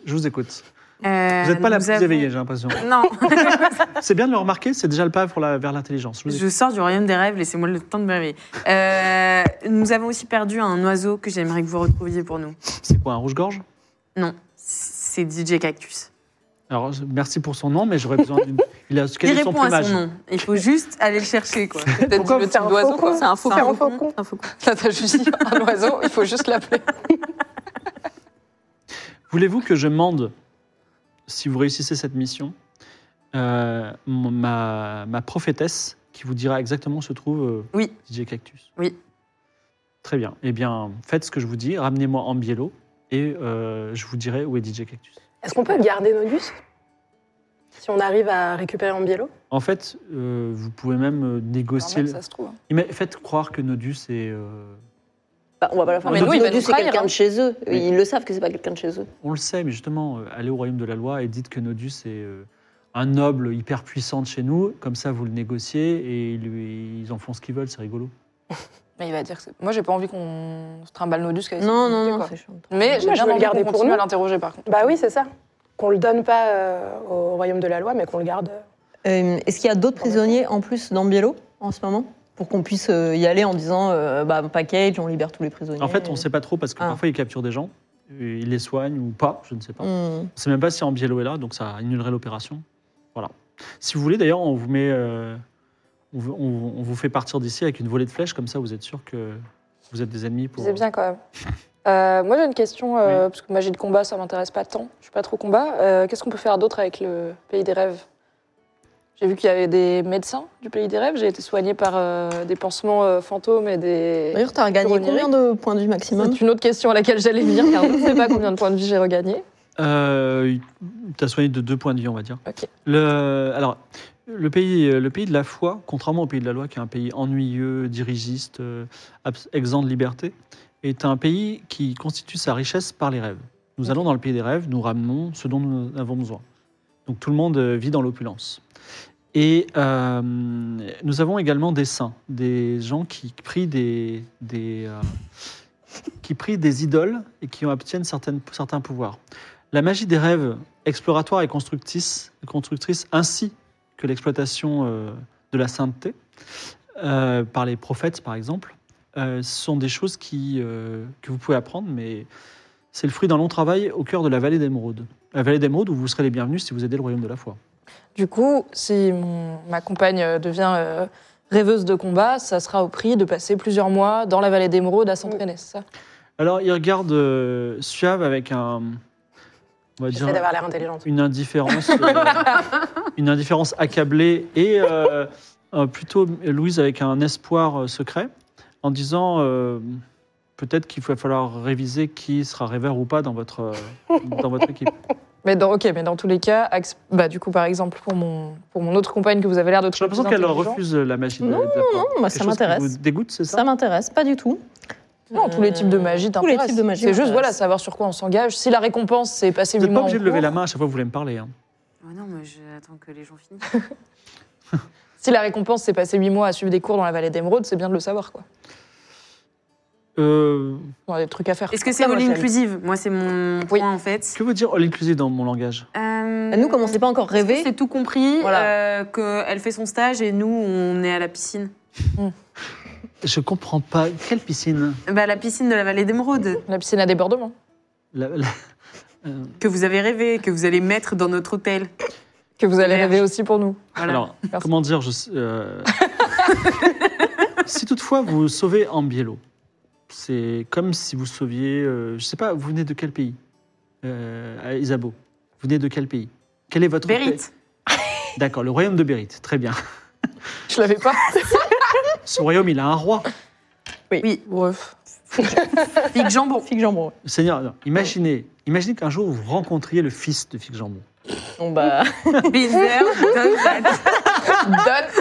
Speaker 1: Je vous écoute.
Speaker 3: Euh,
Speaker 1: vous n'êtes pas la
Speaker 3: nous
Speaker 1: plus
Speaker 3: avons-
Speaker 1: éveillée, j'ai l'impression.
Speaker 3: Non,
Speaker 1: C'est bien de le remarquer, c'est déjà le pas pour la- vers l'intelligence. Je vous écoute.
Speaker 3: je sors du royaume des rêves, laissez-moi le temps de me réveiller. Euh, nous avons aussi perdu un oiseau que j'aimerais que vous retrouviez pour nous.
Speaker 1: C'est quoi, un rouge-gorge
Speaker 3: Non, c'est DJ Cactus.
Speaker 1: Alors, je- merci pour son nom, mais j'aurais besoin d'une... Il a
Speaker 3: Il
Speaker 1: quel est son
Speaker 3: répond à
Speaker 1: plumage
Speaker 3: son nom. Il faut juste aller le chercher, quoi.
Speaker 2: Peut-être
Speaker 4: Pourquoi
Speaker 2: dit le
Speaker 4: vous faites
Speaker 2: type
Speaker 4: un
Speaker 2: d'oiseau,
Speaker 4: faux
Speaker 2: quoi.
Speaker 4: con
Speaker 6: C'est un faucon.
Speaker 4: C'est un faucon.
Speaker 6: Un faucon.
Speaker 2: Là, t'as juste dit un oiseau, il faut juste l'appeler.
Speaker 1: Voulez-vous que je mende, si vous réussissez cette mission, euh, mon- ma, ma prophétesse qui vous dira exactement où se trouve euh,
Speaker 3: Oui.
Speaker 1: DJ Cactus
Speaker 3: Oui.
Speaker 1: Très bien. Eh bien, faites ce que je vous dis, ramenez-moi en biello et euh, je vous dirai où est DJ Cactus.
Speaker 4: Est-ce qu'on peut garder Nodus si on arrive à récupérer en biello.
Speaker 1: En fait, euh, vous pouvez même euh, négocier.
Speaker 2: ça se trouve. hein.
Speaker 1: le- Mais faites croire que Nodus est. euh,
Speaker 6: Bah, on va pas la faire.
Speaker 1: Mais
Speaker 6: Nodus,
Speaker 1: nous, il
Speaker 5: va
Speaker 6: Nodus,
Speaker 5: nous
Speaker 6: c'est
Speaker 5: trahir,
Speaker 6: quelqu'un
Speaker 5: hein.
Speaker 6: de chez eux.
Speaker 1: Oui.
Speaker 6: Ils le savent que c'est pas quelqu'un de chez eux.
Speaker 1: On le sait, mais justement, euh, allez au royaume de la loi et dites que Nodus est euh, un noble hyper puissant de chez nous. Comme ça, vous le négociez et ils, lui- ils en font ce qu'ils veulent, c'est rigolo.
Speaker 2: Mais il va dire que c'est- Moi, j'ai pas envie qu'on se trimballe nos disques avec
Speaker 6: Non,
Speaker 2: cette
Speaker 6: non,
Speaker 2: unité,
Speaker 6: non,
Speaker 2: quoi.
Speaker 6: c'est chiant.
Speaker 2: Mais j'ai
Speaker 4: Moi,
Speaker 2: bien
Speaker 4: je veux le
Speaker 2: envie
Speaker 4: garder
Speaker 2: qu'on
Speaker 4: pour
Speaker 2: continue
Speaker 4: nous.
Speaker 2: à l'interroger, par contre.
Speaker 4: Bah oui, c'est ça. Qu'on le donne pas euh, au royaume de la loi, mais qu'on le garde.
Speaker 6: Euh, Est-ce qu'il y a d'autres prisonniers en plus dans Biello en ce moment Pour qu'on puisse euh, y aller en disant euh, bah, package, on libère tous les prisonniers.
Speaker 1: En fait, on ne sait pas trop parce que
Speaker 6: Ah.
Speaker 1: parfois ils capturent des gens, et ils les soignent ou pas, je ne sais pas. On
Speaker 6: Hmm.
Speaker 1: ne sait même pas si Ambiello est là, donc ça annulerait l'opération. Voilà. Si vous voulez, d'ailleurs, on vous met. euh, on, vous- on vous- on vous fait partir d'ici avec une volée de flèches, comme ça vous êtes sûr que vous êtes des ennemis pour.
Speaker 2: C'est bien quand même. Euh, moi, j'ai une question, euh, parce que magie de combat, ça m'intéresse pas tant. Je suis pas trop combat. Euh, Qu'est-ce qu'on peut faire d'autre avec le pays des rêves J'ai vu qu'il y avait des médecins du pays des rêves. J'ai été soignée par euh, des pansements euh, fantômes et des.
Speaker 6: D'ailleurs, t'as gagné
Speaker 2: Sur une
Speaker 6: combien de points de vue maximum
Speaker 2: C'est une autre question à laquelle j'allais venir, car je ne sais pas combien de points de vie j'ai regagné.
Speaker 1: Euh, tu as soigné de deux points de vie, on va dire.
Speaker 2: Ok.
Speaker 1: Le, alors, le pays, le pays de la foi, contrairement au pays de la loi, qui est un pays ennuyeux, dirigiste, euh, abs- exempt de liberté, est un pays qui constitue sa richesse par les rêves. Nous allons dans le pays des rêves, nous ramenons ce dont nous avons besoin. Donc tout le monde euh, vit dans l'opulence. Et euh, nous avons également des saints, des gens qui prient des, des, euh, qui prient des idoles et qui obtiennent certaines, certains pouvoirs. La magie des rêves exploratoire et constructrice, constructrice ainsi que l'exploitation euh, de la sainteté euh, par les prophètes, par exemple, euh, sont des choses qui, euh, que vous pouvez apprendre, mais c'est le fruit d'un long travail au cœur de la vallée d'Émeraude. La vallée d'Émeraude où vous serez les bienvenus si vous aidez le royaume de la foi.
Speaker 2: Du coup, si mon- ma compagne euh, devient euh, rêveuse de combat, ça sera au prix de passer plusieurs mois dans la vallée d'Émeraude à s'entraîner, c'est ça
Speaker 1: Alors, il regarde euh, Suave avec un. On va dire.
Speaker 4: J'essaie d'avoir l'air intelligente.
Speaker 1: Une indifférence, euh, une indifférence accablée et euh, euh, plutôt Louise avec un espoir euh, secret en disant euh, peut-être qu'il va falloir réviser qui sera rêveur ou pas dans votre, euh, dans votre équipe.
Speaker 2: mais dans, Ok, mais dans tous les cas, axe- bah, du coup, par exemple, pour mon, pour mon autre compagne que vous avez l'air de
Speaker 1: J'ai
Speaker 2: trouver.
Speaker 1: l'impression
Speaker 2: plus
Speaker 1: qu'elle
Speaker 2: intelligent-
Speaker 1: refuse la magie. de-
Speaker 6: Non,
Speaker 1: de la foi.
Speaker 6: non, moi,
Speaker 1: Quelque
Speaker 6: ça
Speaker 1: chose qui
Speaker 6: m'intéresse.
Speaker 1: vous dégoûte, c'est ça,
Speaker 6: Ça m'intéresse pas du tout.
Speaker 2: Non, tous les types de magie
Speaker 6: Tous les
Speaker 2: t'intéressent.
Speaker 6: types de magie
Speaker 2: C'est juste
Speaker 6: m'intéressent.
Speaker 2: voilà, savoir sur quoi on s'engage. Si la récompense, c'est passer
Speaker 1: Vous
Speaker 2: huit
Speaker 1: n'êtes
Speaker 2: mois
Speaker 1: pas obligé
Speaker 2: en
Speaker 1: de lever
Speaker 2: cours,
Speaker 1: la main à chaque fois que vous voulez me parler. hein.
Speaker 3: Ouais, Oh non, mais j'attends que les gens finissent.
Speaker 2: Si la récompense, c'est passer huit mois à suivre des cours dans la vallée d'Émeraude, c'est bien de le savoir, quoi.
Speaker 1: Euh,
Speaker 2: On a des trucs à faire.
Speaker 3: Est-ce que c'est
Speaker 2: Ça, moi,
Speaker 3: all
Speaker 2: j'aime.
Speaker 3: inclusive Moi, c'est mon
Speaker 2: Oui.
Speaker 3: point en fait.
Speaker 1: que veut dire all inclusive dans mon langage
Speaker 3: Euh,
Speaker 6: Nous, comme on s'est pas encore
Speaker 3: est-ce que
Speaker 6: rêvé,
Speaker 3: C'est tout compris,
Speaker 6: Voilà.
Speaker 3: euh, qu'elle fait son stage et nous, on est à la piscine.
Speaker 1: Je comprends pas. Quelle piscine
Speaker 3: Bah, la piscine de la vallée d'Émeraude,
Speaker 2: La piscine à débordement.
Speaker 1: La- la- euh,
Speaker 3: que vous avez rêvé, que vous allez mettre dans notre hôtel.
Speaker 2: Que vous allez
Speaker 3: Vierge.
Speaker 2: rêver aussi pour nous.
Speaker 3: Voilà.
Speaker 1: Alors,
Speaker 2: Merci.
Speaker 1: comment dire je sais- euh, Si toutefois vous sauvez Ambiello, c'est comme si vous sauviez. euh, je sais pas, vous venez de quel pays Euh, à Isabeau Vous venez de quel pays Quel est votre.
Speaker 3: Bérite.
Speaker 1: pays D'accord, le royaume de Bérite. Très bien.
Speaker 2: Je l'avais pas.
Speaker 1: Ce royaume, il a un roi.
Speaker 2: Bref.
Speaker 3: Figue jambon.
Speaker 6: figue jambon.
Speaker 1: Seigneur, non, imaginez, imaginez qu'un jour vous rencontriez le fils de Fix Jambon.
Speaker 6: Bon, bah,
Speaker 3: Bizer.
Speaker 2: Done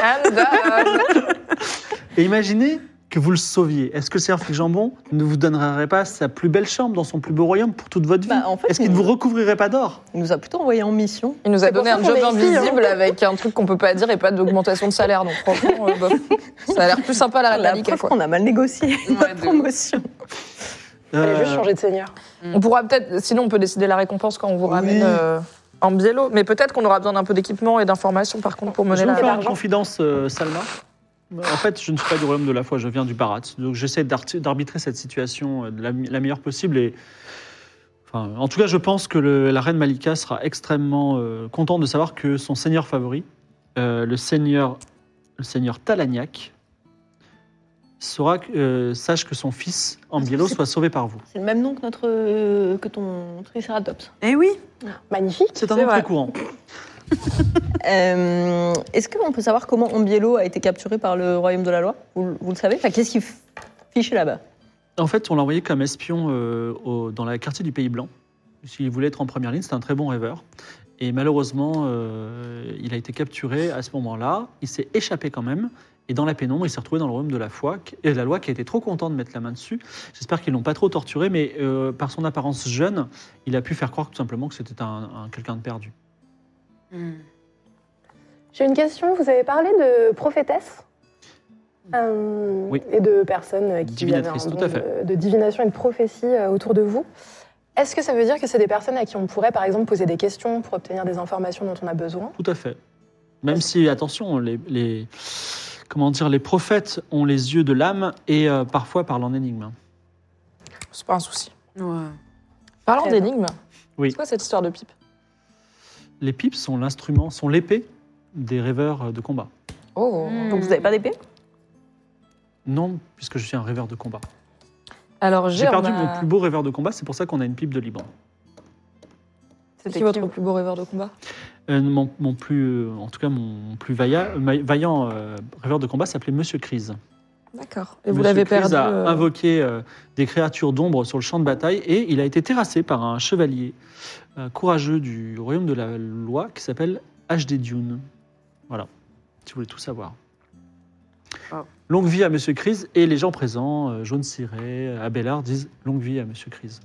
Speaker 2: and done.
Speaker 1: Et imaginez que vous le sauviez. Est-ce que le Seigneur Fix Jambon ne vous donnerait pas sa plus belle chambre dans son plus beau royaume pour toute votre vie
Speaker 6: Bah, en fait,
Speaker 1: Est-ce qu'il ne
Speaker 6: il-
Speaker 1: vous recouvrirait pas d'or
Speaker 6: il nous a plutôt envoyé en mission.
Speaker 2: Il nous a
Speaker 4: C'est pour
Speaker 2: donné
Speaker 4: ça
Speaker 2: un
Speaker 4: qu'on
Speaker 2: job
Speaker 4: est ici, hein.
Speaker 2: invisible avec un truc qu'on peut pas dire et pas d'augmentation de salaire. Donc franchement, euh, bof. ça a l'air plus sympa la
Speaker 6: La
Speaker 2: réplique.
Speaker 6: preuve qu'on a mal négocié
Speaker 3: Ouais,
Speaker 6: notre
Speaker 3: de-
Speaker 6: promotion.
Speaker 4: Fallait juste
Speaker 1: Euh,
Speaker 4: changer de seigneur.
Speaker 2: On pourra peut-être, sinon on peut décider la récompense quand on vous ramène euh, en biello. Mais peut-être qu'on aura besoin d'un peu d'équipement et d'informations par contre pour
Speaker 1: Je
Speaker 2: mener
Speaker 1: vais
Speaker 2: la.
Speaker 1: vous faire une
Speaker 4: l'argent.
Speaker 1: confidence, euh, Salma. En fait, je ne suis pas du royaume de la foi, je viens du Barat. Donc j'essaie d'art- d'arbitrer cette situation euh, de la, la meilleure possible. Et, enfin, en tout cas, je pense que le- la reine Malika sera extrêmement euh, contente de savoir que son seigneur favori, euh, le seigneur, le seigneur Talagnac, saura, que- euh, sache que son fils, Ambiello, soit sauvé par vous.
Speaker 6: C'est le même nom que, notre, euh, que ton tricératops.
Speaker 3: Eh oui.
Speaker 4: Magnifique.
Speaker 1: C'est un nom
Speaker 4: vrai.
Speaker 1: très courant.
Speaker 6: Euh, Est-ce qu'on peut savoir comment Ombiello a été capturé par le royaume de la loi vous, vous le savez enfin, Qu'est-ce qu'il f- fichait là-bas
Speaker 1: En fait, on l'a envoyé comme espion euh, au- dans le quartier du Pays Blanc. S'il voulait être en première ligne, c'était un très bon rêveur. Et malheureusement, euh, il a été capturé à ce moment-là. Il s'est échappé quand même. Et dans la pénombre, il s'est retrouvé dans le royaume de la foi. qui- Et la loi qui a été trop contente de mettre la main dessus. J'espère qu'ils l'ont pas trop torturé, mais euh, par son apparence jeune, il a pu faire croire tout simplement que c'était un, un- quelqu'un de perdu.
Speaker 3: Hmm.
Speaker 4: J'ai une question. Vous avez parlé de prophétesse euh,
Speaker 1: Oui.
Speaker 4: et de personnes euh, qui avaient un
Speaker 1: Divinatrice,
Speaker 4: don
Speaker 1: tout à fait.
Speaker 4: De, de divination et de prophétie euh, autour de vous. Est-ce que ça veut dire que c'est des personnes à qui on pourrait, par exemple, poser des questions pour obtenir des informations dont on a besoin
Speaker 1: Tout à fait. Même si, attention, les, les- comment dire, les prophètes ont les yeux de l'âme et euh, parfois parlent en énigme.
Speaker 2: C'est pas un souci.
Speaker 3: Ouais.
Speaker 2: Parlons
Speaker 4: Très bien.
Speaker 2: d'énigmes.
Speaker 1: Oui.
Speaker 2: C'est quoi cette histoire de pipe
Speaker 1: Les pipes sont l'instrument, sont l'épée des rêveurs de combat.
Speaker 2: Oh.
Speaker 6: Donc vous n'avez pas d'épée
Speaker 1: Non, puisque je suis un rêveur de combat.
Speaker 2: Alors
Speaker 1: J'ai
Speaker 2: j'ai
Speaker 1: perdu
Speaker 2: on a-
Speaker 1: mon plus beau rêveur de combat, c'est pour ça qu'on a une pipe de Liban.
Speaker 2: Qui est votre plus beau rêveur de combat
Speaker 1: Euh, mon, mon plus, euh, en tout cas, mon plus vailla- ma- vaillant euh, rêveur de combat s'appelait Monsieur Crise.
Speaker 2: D'accord. Et vous
Speaker 1: Monsieur
Speaker 2: l'avez
Speaker 1: Crise
Speaker 2: perdu.
Speaker 1: a
Speaker 2: euh,
Speaker 1: invoqué euh, des créatures d'ombre sur le champ de bataille et il a été terrassé par un chevalier euh, courageux du royaume de la loi qui s'appelle HD Dune. Voilà, si vous voulez tout savoir.
Speaker 3: Wow.
Speaker 1: Longue vie à Monsieur Crise et les gens présents, euh, Jaune Ciré, Abélard, disent longue vie à Monsieur Crise.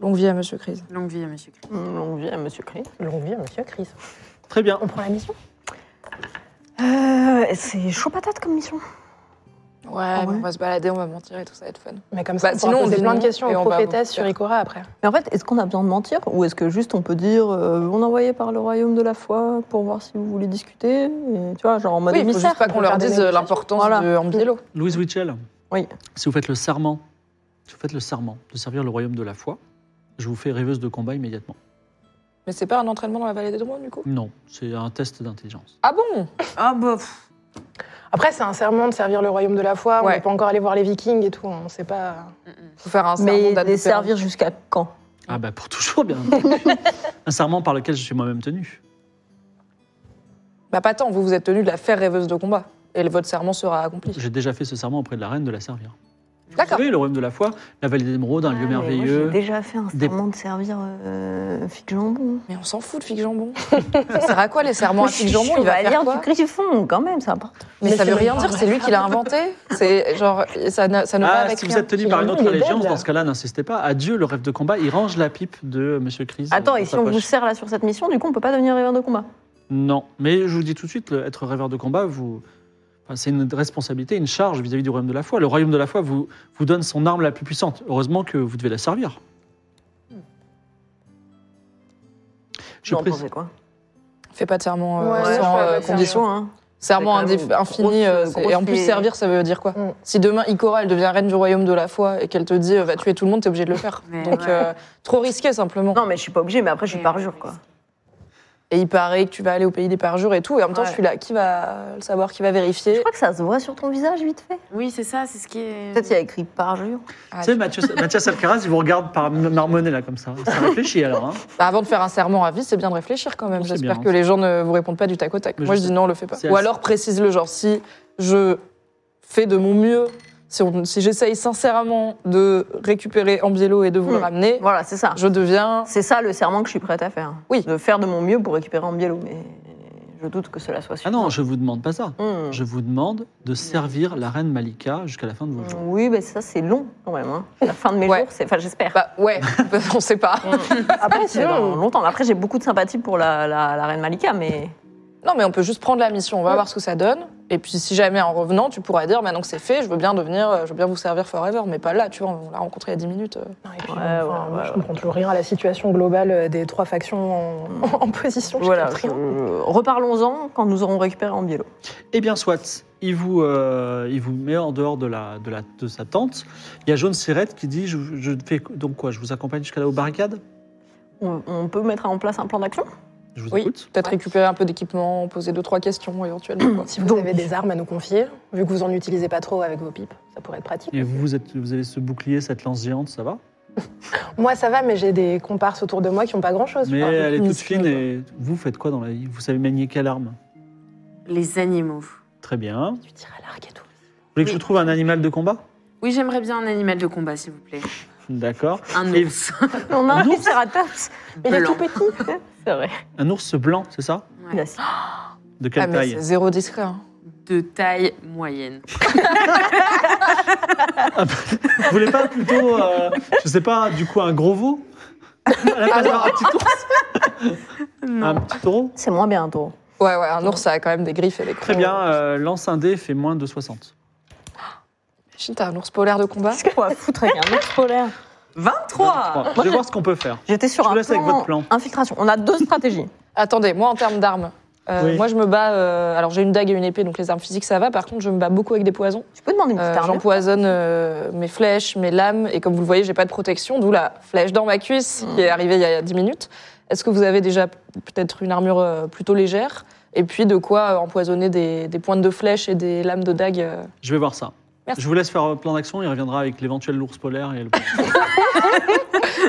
Speaker 2: Longue vie à Monsieur Crise.
Speaker 3: Longue vie à Monsieur Christ.
Speaker 6: On vit à Monsieur Cri.
Speaker 4: Longue vie, monsieur Chris.
Speaker 1: Très bien.
Speaker 4: On prend la mission
Speaker 6: Euh, c'est chaud patate comme mission.
Speaker 2: Ouais, mais on va se balader, on va mentir et tout, ça va être fun.
Speaker 4: Mais comme
Speaker 2: Bah,
Speaker 4: ça, on
Speaker 2: sinon,
Speaker 4: pourra
Speaker 2: on
Speaker 4: poser
Speaker 2: dit
Speaker 4: plein de
Speaker 2: non
Speaker 4: questions
Speaker 2: et
Speaker 4: aux
Speaker 2: on va vous
Speaker 4: prophétesses
Speaker 2: faire-
Speaker 4: sur Ikora après.
Speaker 6: Mais en fait, est-ce qu'on a besoin de mentir ou est-ce que juste on peut dire euh, on envoyait par le royaume de la foi pour voir si vous voulez discuter et, Tu vois, genre en mode
Speaker 2: Oui, il faut
Speaker 6: émissaire.
Speaker 2: juste pas qu'on
Speaker 4: on
Speaker 2: leur
Speaker 4: peut faire
Speaker 2: dise
Speaker 4: des
Speaker 2: euh, l'importance
Speaker 6: Voilà.
Speaker 2: de Ambiello.
Speaker 1: Louise Witchell.
Speaker 6: Oui.
Speaker 1: Si vous faites le serment, si vous faites le serment de servir le royaume de la foi, je vous fais rêveuse de combat immédiatement.
Speaker 2: Mais c'est pas un entraînement dans la vallée des drones, du coup
Speaker 1: Non, c'est un test d'intelligence.
Speaker 2: Ah bon
Speaker 3: Ah bah, pff,
Speaker 4: Après, c'est un serment de servir le royaume de la foi. On
Speaker 2: Ouais.
Speaker 4: n'est pas encore allé voir les Vikings et tout. On sait pas.
Speaker 2: Faut faire un serment
Speaker 6: Mais
Speaker 2: d'adopter
Speaker 6: les servir jusqu'à quand
Speaker 1: Ah bah pour toujours bien. un serment par lequel je suis moi-même tenu.
Speaker 2: un- Bah pas tant, vous vous êtes tenu de la faire rêveuse de combat. Et votre serment sera accompli.
Speaker 1: J'ai déjà fait ce serment auprès de la reine de la servir. Vous
Speaker 2: D'accord.
Speaker 1: savez, le royaume de la foi, la vallée d'émeraude,
Speaker 6: Ah,
Speaker 1: un lieu merveilleux.
Speaker 6: J'ai déjà fait un
Speaker 1: des-
Speaker 6: serment de servir euh, figue jambon.
Speaker 2: Mais on s'en fout de Fig Jambon. ça sert à quoi les serments à
Speaker 6: Je suis
Speaker 2: Fig Jambon Il va
Speaker 6: chevalière
Speaker 2: faire quoi
Speaker 6: du Griffon quand même, ça important.
Speaker 2: Mais, ça veut rien dire, c'est lui qui l'a inventé. C'est genre, ça ne, ça ne va
Speaker 1: Ah,
Speaker 2: avec
Speaker 1: si
Speaker 2: rien.
Speaker 1: vous êtes tenu par une autre
Speaker 4: il est belle,
Speaker 1: allégeance,
Speaker 4: là.
Speaker 1: dans ce cas-là, n'insistez pas. Adieu le rêve de combat. Il range la pipe de euh, Monsieur Chris.
Speaker 6: Attends,
Speaker 1: euh,
Speaker 6: et
Speaker 1: dans
Speaker 6: si
Speaker 1: sa
Speaker 6: on
Speaker 1: poche.
Speaker 6: vous sert là sur cette mission, du coup on peut pas devenir rêveur de combat.
Speaker 1: Non, mais je vous dis tout de suite, le- être rêveur de combat, vous... enfin, c'est une responsabilité, une charge vis-à-vis du royaume de la foi. Le royaume de la foi vous, vous donne son arme la plus puissante. Heureusement que vous devez la servir.
Speaker 6: Hmm.
Speaker 1: Je
Speaker 6: J'en
Speaker 1: précise-
Speaker 6: pensais quoi
Speaker 2: Fais pas de serment euh,
Speaker 4: Ouais, je
Speaker 2: sans
Speaker 4: fais
Speaker 2: euh,
Speaker 4: pas de
Speaker 2: condition.
Speaker 6: hein.
Speaker 2: Serment
Speaker 6: C'est quand même
Speaker 2: indif- infini.
Speaker 6: grosse,
Speaker 2: euh, c'est- et en plus,
Speaker 6: grosse-
Speaker 2: servir, ça veut dire quoi
Speaker 4: Mm.
Speaker 2: Si demain, Ikora, elle devient reine du royaume de la foi et qu'elle te dit, euh, va tuer tout le monde, t'es obligé de le faire.
Speaker 3: Mais
Speaker 2: Donc,
Speaker 3: ouais.
Speaker 2: euh, trop risqué, simplement.
Speaker 6: Non, mais je suis pas obligée, mais après, je suis
Speaker 3: Et
Speaker 6: parjure,
Speaker 3: on
Speaker 6: quoi.
Speaker 2: Et il paraît que tu vas aller au pays des parjures et tout. Et en même temps,
Speaker 6: Ouais.
Speaker 2: je suis là. Qui va le savoir Qui va vérifier
Speaker 6: Je crois que ça se voit sur ton visage, vite fait.
Speaker 3: oui, c'est ça, c'est ce qui est.
Speaker 6: Peut-être qu'il y a écrit parjure.
Speaker 2: Ah,
Speaker 1: Tu sais, Mathieu, Mathias Alcaraz, il vous regarde par marmonner là comme ça. Ça réfléchit alors. Hein.
Speaker 2: Bah, avant de faire un serment à vie, c'est bien de réfléchir quand même.
Speaker 1: C'est
Speaker 2: J'espère
Speaker 1: bien,
Speaker 2: que les gens ne vous répondent pas du tac au tac.
Speaker 1: Mais
Speaker 2: Moi,
Speaker 1: je
Speaker 2: je dis
Speaker 1: sais.
Speaker 2: non, le fais pas.
Speaker 1: C'est
Speaker 2: Ou
Speaker 1: assez-
Speaker 2: alors précise le genre. Si je fais de mon mieux, si, on- si j'essaye sincèrement de récupérer Ambiello et de vous le
Speaker 6: Hmm.
Speaker 2: ramener,
Speaker 6: Voilà, c'est ça.
Speaker 2: je deviens.
Speaker 6: C'est ça le serment que je suis prête à faire.
Speaker 2: Oui.
Speaker 6: De faire de mon mieux pour récupérer Ambiello, mais je doute que cela soit
Speaker 1: Ah
Speaker 6: suffisant.
Speaker 1: non, je vous demande pas ça.
Speaker 6: Hmm.
Speaker 1: Je vous demande de servir la reine Malika jusqu'à la fin de vos jours.
Speaker 6: Oui, mais ça, c'est long, quand même. hein. La fin de mes
Speaker 2: Ouais.
Speaker 6: jours, c'est... Enfin, j'espère.
Speaker 2: Bah ouais, on sait pas.
Speaker 1: Hmm.
Speaker 6: Bah, Après, c'est
Speaker 4: sinon-
Speaker 6: dans longtemps. Après, j'ai beaucoup de sympathie pour la, la- la reine Malika, mais...
Speaker 2: Non, mais on peut juste prendre la mission, on
Speaker 1: Hmm.
Speaker 2: va voir ce que ça donne. Et puis si jamais en revenant, tu pourras dire maintenant que c'est fait, je veux bien devenir, euh, je veux bien vous servir forever, mais pas là, tu vois, on l'a rencontré il y a 10 minutes. euh.
Speaker 4: Non, et puis,
Speaker 6: Ouais,
Speaker 4: enfin,
Speaker 6: ouais,
Speaker 4: moi,
Speaker 6: ouais,
Speaker 4: je
Speaker 6: ouais.
Speaker 4: comprends toujours rien à la situation globale euh, des trois factions en, en position. je
Speaker 6: Voilà,
Speaker 4: capte rien.
Speaker 6: je- reparlons-en quand nous aurons récupéré Ambiello.
Speaker 1: Eh bien, soit, il vous, euh, il vous met en dehors de, la, de, la, de sa tente. Il y a Jaune Sirette qui dit je, je fais donc quoi Je vous accompagne jusqu'à la aux barricades
Speaker 6: On, on peut mettre en place un plan d'action
Speaker 1: Je vous
Speaker 2: Oui,
Speaker 1: écoute.
Speaker 2: peut-être récupérer un peu d'équipement, poser deux, trois questions éventuellement. quoi.
Speaker 4: Si vous avez des armes à nous confier, vu que vous en utilisez pas trop avec vos pipes, ça pourrait être pratique.
Speaker 1: Et vous, vous, êtes, vous avez ce bouclier, cette lance géante, ça va
Speaker 4: Moi, ça va, mais j'ai des comparses autour de moi qui ont pas grand chose.
Speaker 1: Mais elle est toute fine et vous faites quoi dans la vie Vous savez manier quelle arme
Speaker 3: Les animaux.
Speaker 1: Très bien. Vous
Speaker 4: Tu tires à l'arc et tout.
Speaker 1: voulez que je
Speaker 3: Oui.
Speaker 1: vous trouve un animal de combat
Speaker 3: Oui, j'aimerais bien un animal de combat, s'il vous plaît.
Speaker 1: D'accord.
Speaker 3: Un
Speaker 1: Et-
Speaker 3: ours.
Speaker 6: On a un
Speaker 1: Non.
Speaker 6: Triceratops
Speaker 4: Mais il est tout
Speaker 3: Blanc.
Speaker 4: petit.
Speaker 6: C'est vrai.
Speaker 1: Un ours blanc, c'est ça
Speaker 6: Yes.
Speaker 1: De quelle
Speaker 2: ah, mais
Speaker 1: taille
Speaker 2: c'est zéro discret. hein.
Speaker 3: De taille moyenne.
Speaker 1: Vous voulez pas plutôt, euh, je sais pas, du coup, un gros veau À la place d'avoir un petit ours Un petit taureau
Speaker 6: C'est moins bien, toi.
Speaker 2: Ouais, ouais, un ours, ça a quand même des griffes et des
Speaker 1: Très
Speaker 2: crocs.
Speaker 1: bien, euh, lance un dé, fait moins de 60.
Speaker 2: Imagine, t'as un ours polaire de combat.
Speaker 6: Qu'est-ce qu'on va foutre avec un ours polaire
Speaker 3: 23
Speaker 1: Bon, je vais voir ce qu'on peut faire.
Speaker 6: J'étais sur
Speaker 1: Je vous
Speaker 6: un
Speaker 1: laisse avec votre plan.
Speaker 6: infiltration. On a deux stratégies.
Speaker 2: Attendez, moi, en termes d'armes, euh,
Speaker 1: Oui.
Speaker 2: moi, je me bats. euh, alors, j'ai une dague et une épée, donc les armes physiques, ça va. Par contre, je me bats beaucoup avec des poisons.
Speaker 6: Tu peux demander une
Speaker 2: Euh,
Speaker 6: petite armure
Speaker 2: J'empoisonne euh, mes flèches, mes lames, et comme vous le voyez, j'ai pas de protection, d'où la flèche dans ma cuisse qui est arrivée il y a 10 minutes. Est-ce que vous avez déjà p- peut-être une armure euh, plutôt légère Et puis de quoi euh, empoisonner des, des pointes de flèches et des lames de dague euh
Speaker 1: Je vais voir ça.
Speaker 2: Merci.
Speaker 1: Je vous laisse faire votre plan d'action, il reviendra avec l'éventuel ours polaire et le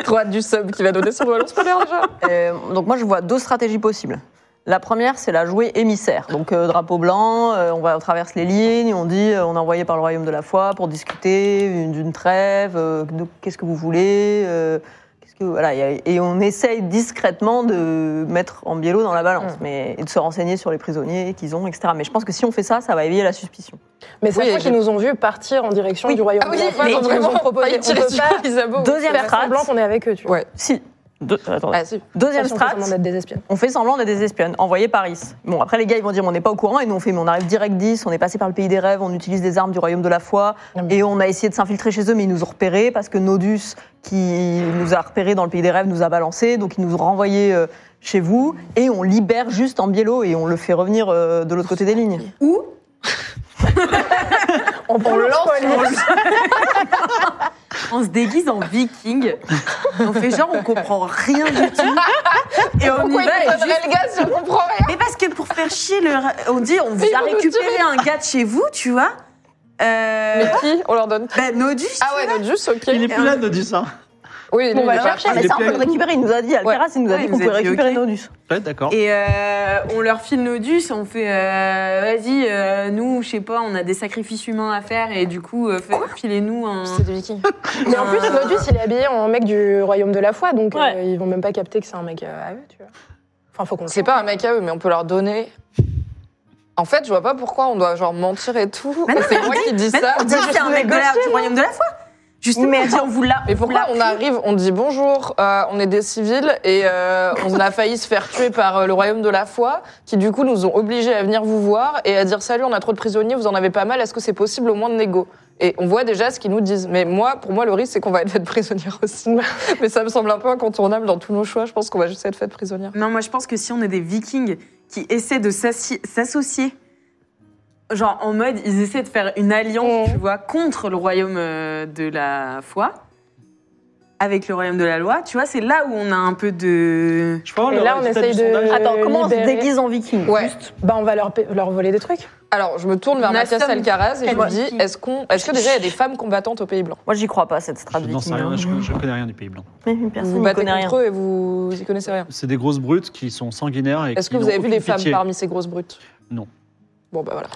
Speaker 2: Trop hâte du sub qui va donner son ballon scolaire déjà
Speaker 6: Euh, donc moi, je vois deux stratégies possibles. La première, c'est la jouer émissaire. Donc euh, drapeau blanc, euh, on va on traverse les lignes, on dit euh, on est envoyé par le royaume de la foi pour discuter une- d'une trêve, euh, de- qu'est-ce que vous voulez euh, qu'est-ce que, voilà, y a- Et on essaye discrètement de mettre en biello dans la balance mais, et de se renseigner sur les prisonniers qu'ils ont, etc. Mais je pense que si on fait ça, ça va éveiller la suspicion.
Speaker 4: Mais sachant
Speaker 2: et
Speaker 4: qu'ils nous ont vus partir en direction du royaume.
Speaker 2: Ah oui,
Speaker 4: de la
Speaker 2: mais
Speaker 4: Femme, donc ils
Speaker 2: vraiment,
Speaker 4: nous ont proposé-
Speaker 2: failli
Speaker 4: on
Speaker 2: tirer
Speaker 4: peut
Speaker 2: sur
Speaker 4: pas
Speaker 2: Isabeau.
Speaker 6: Deuxième
Speaker 4: faire
Speaker 6: strat.
Speaker 4: semblant qu'on est avec eux, tu vois.
Speaker 2: Ouais.
Speaker 6: Si. Deux- attendez.
Speaker 2: Ah, si.
Speaker 6: Deuxième
Speaker 4: Sachant qu'on
Speaker 6: strat,
Speaker 4: demande d'être des espions.
Speaker 6: On fait semblant d'être des espionnes, envoyés par IS. Bon, après, les gars, ils vont dire on n'est pas au courant, et nous, on fait mais on arrive direct d'IS, on est passé par le pays des rêves, on utilise des armes du royaume de la foi, et on a essayé de s'infiltrer chez eux, mais ils nous ont repérés parce que Nodus, qui nous a repérés dans le pays des rêves, nous a balancés, donc ils nous ont renvoyés euh, chez vous, et on libère juste en biello, et on le fait revenir euh, de l'autre côté des lignes.
Speaker 4: On prend le
Speaker 3: On se déguise en viking. On fait genre, on comprend rien du tout. Et on y
Speaker 2: Pourquoi il
Speaker 3: va.
Speaker 2: me
Speaker 3: et
Speaker 2: donnerait
Speaker 3: juste-
Speaker 2: le gaz Je comprends rien
Speaker 3: Mais parce que pour faire chier, le... on dit on vous a
Speaker 2: vont nous
Speaker 3: récupéré un gars de chez vous, tu vois. Euh...
Speaker 2: Mais qui On leur donne qui
Speaker 3: Ben, Nodus.
Speaker 2: Ah ouais, Nodus, ok.
Speaker 1: Il est plus là, nous dit ça.
Speaker 2: Oui, lui,
Speaker 6: On
Speaker 2: il
Speaker 6: va le
Speaker 2: est
Speaker 6: chercher,
Speaker 1: Ah,
Speaker 6: mais
Speaker 1: il
Speaker 6: ça, on
Speaker 1: est
Speaker 6: peut le
Speaker 1: plein.
Speaker 6: récupérer. Il nous a dit, Alcaraz, il nous a
Speaker 3: Ouais,
Speaker 6: dit
Speaker 3: il
Speaker 6: qu'on
Speaker 3: nous a
Speaker 6: pouvait
Speaker 3: dit,
Speaker 6: récupérer
Speaker 3: ok.
Speaker 6: Nodus.
Speaker 1: Ouais, d'accord.
Speaker 3: Et euh, on leur file Nodus et on fait euh, vas-y, euh, nous, je sais pas, on a des sacrifices humains à faire et du coup, euh, fait- filez-nous un.
Speaker 2: C'est des vikings.
Speaker 4: Mais en plus,
Speaker 3: un-
Speaker 4: Nodus, il est habillé en mec du royaume de la foi, donc euh,
Speaker 6: Ouais.
Speaker 4: ils vont même pas capter que c'est un mec euh, à eux, tu vois. Enfin, faut qu'on le
Speaker 2: C'est
Speaker 4: sache.
Speaker 2: pas un mec à eux, mais on peut leur donner. En fait, je vois pas pourquoi on doit genre mentir et tout.
Speaker 3: Mais non,
Speaker 2: C'est moi qui dis
Speaker 3: Mais non,
Speaker 2: ça.
Speaker 3: on dit c'est un mec de la- du royaume de la foi. Juste mais on dit, on vous l'a.
Speaker 2: Mais
Speaker 3: on vous l'a
Speaker 2: pourquoi on
Speaker 3: pris.
Speaker 2: arrive, on dit bonjour, euh, on est des civils et euh, on a failli se faire tuer par euh, le royaume de la foi, qui du coup nous ont obligés à venir vous voir et à dire salut, on a trop de prisonniers, vous en avez pas mal, est-ce que c'est possible au moins de négo Et on voit déjà ce qu'ils nous disent. Mais moi, pour moi, le risque c'est qu'on va être fait prisonnière aussi. Mais ça me semble un peu incontournable dans tous nos choix. Je pense qu'on va juste être fait prisonnière.
Speaker 3: Non, moi je pense que si on est des vikings qui essaient de s'assi- s'associer, genre en mode ils essaient de faire une alliance,
Speaker 4: Ouais.
Speaker 3: tu vois, contre le royaume euh, de la foi, avec le royaume de la loi, tu vois, c'est là où on a un peu de.
Speaker 1: Je peux avoir
Speaker 4: Et
Speaker 1: le
Speaker 4: là, on
Speaker 1: résultat
Speaker 4: essaye
Speaker 1: du
Speaker 4: de-
Speaker 1: sondage
Speaker 6: Attends, comment on se
Speaker 4: libérer-
Speaker 6: déguise en viking
Speaker 2: Ouais.
Speaker 4: Bah, on va leur, pa- leur voler des trucs.
Speaker 2: Alors, je me tourne vers
Speaker 3: Nous
Speaker 2: Mathias
Speaker 3: sommes
Speaker 2: Alcaraz et je me
Speaker 3: quelqu'un
Speaker 2: dis
Speaker 3: qui-
Speaker 2: est-ce qu'on, est-ce que déjà il y a des femmes combattantes au Pays Blanc
Speaker 6: Moi, j'y crois pas, cette strat
Speaker 1: Je n'en sais
Speaker 6: viking.
Speaker 1: rien,
Speaker 6: hein.
Speaker 1: je, je connais rien du Pays Blanc.
Speaker 6: Même
Speaker 2: Vous
Speaker 6: Personne n'y
Speaker 2: battez
Speaker 6: connaît rien.
Speaker 2: contre eux et vous y connaissez rien.
Speaker 1: C'est des grosses brutes qui sont sanguinaires et
Speaker 2: Est-ce
Speaker 1: qui
Speaker 2: que vous
Speaker 1: n'ont
Speaker 2: avez vu
Speaker 1: aucune
Speaker 2: des femmes
Speaker 1: pitié.
Speaker 2: parmi ces grosses brutes
Speaker 1: Non.
Speaker 2: Bon, bah voilà.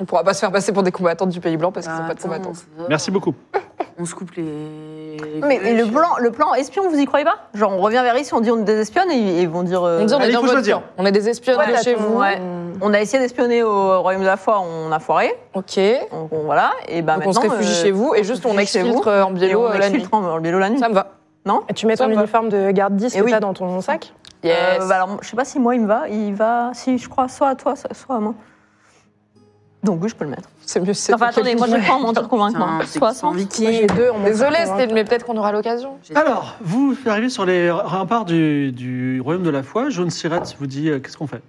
Speaker 2: On pourra pas se faire passer pour des combattantes du Pays Blanc parce qu'ils sont pas de
Speaker 3: Attends,
Speaker 6: Ah,
Speaker 2: combattants.
Speaker 1: Merci beaucoup.
Speaker 3: Ah, On se coupe les.
Speaker 6: Mais, mais le plan, le plan espion, vous y croyez pas Genre, on revient vers ici, on dit on est des espionnes et ils- ils vont dire. euh,
Speaker 2: On dit on
Speaker 1: Allez,
Speaker 2: est dans
Speaker 1: faut
Speaker 2: votre
Speaker 1: choisir.
Speaker 2: camp. On est des espionnes
Speaker 6: Ouais,
Speaker 2: de
Speaker 6: t'as
Speaker 2: chez
Speaker 6: ton-
Speaker 2: vous.
Speaker 6: ouais. On a essayé d'espionner au royaume de la foi, on a foiré.
Speaker 2: Ok. Donc
Speaker 6: On, on- voilà. Et bah
Speaker 2: on se
Speaker 6: maintenant,
Speaker 2: réfugie
Speaker 6: euh,
Speaker 2: chez vous et juste on
Speaker 6: réfugie chez
Speaker 2: exfiltre
Speaker 6: vous,
Speaker 2: euh, en
Speaker 6: et
Speaker 2: biello
Speaker 6: on
Speaker 2: euh, la nuit.
Speaker 6: exfiltre en- en vélo la nuit.
Speaker 2: Ça me va.
Speaker 4: Et tu mets
Speaker 2: Ça
Speaker 4: ton
Speaker 2: me va.
Speaker 4: uniforme de garde 10
Speaker 6: Eh
Speaker 4: que
Speaker 6: oui.
Speaker 4: t'as dans ton sac.
Speaker 2: Yes.
Speaker 6: Euh, bah alors, je sais pas si moi il me va, il va, si je crois, soit à toi, soit- soit à moi. Donc oui, je peux le mettre.
Speaker 2: C'est mieux. c'est
Speaker 6: Enfin
Speaker 2: mieux que
Speaker 6: attendez,
Speaker 2: le
Speaker 6: moi je
Speaker 2: livre.
Speaker 6: crois en mentir convaincant.
Speaker 3: Tiens, c'est
Speaker 6: Soit
Speaker 3: sans
Speaker 6: sans.
Speaker 4: Moi,
Speaker 3: viking.
Speaker 4: j'ai deux en mon
Speaker 2: Désolée,
Speaker 4: sac,
Speaker 2: c'était-
Speaker 4: hein.
Speaker 2: mais peut-être qu'on aura l'occasion.
Speaker 1: Alors, vous arrivez sur les remparts du, du royaume de la foi. Jaune Sirette vous dit euh, qu'est-ce qu'on fait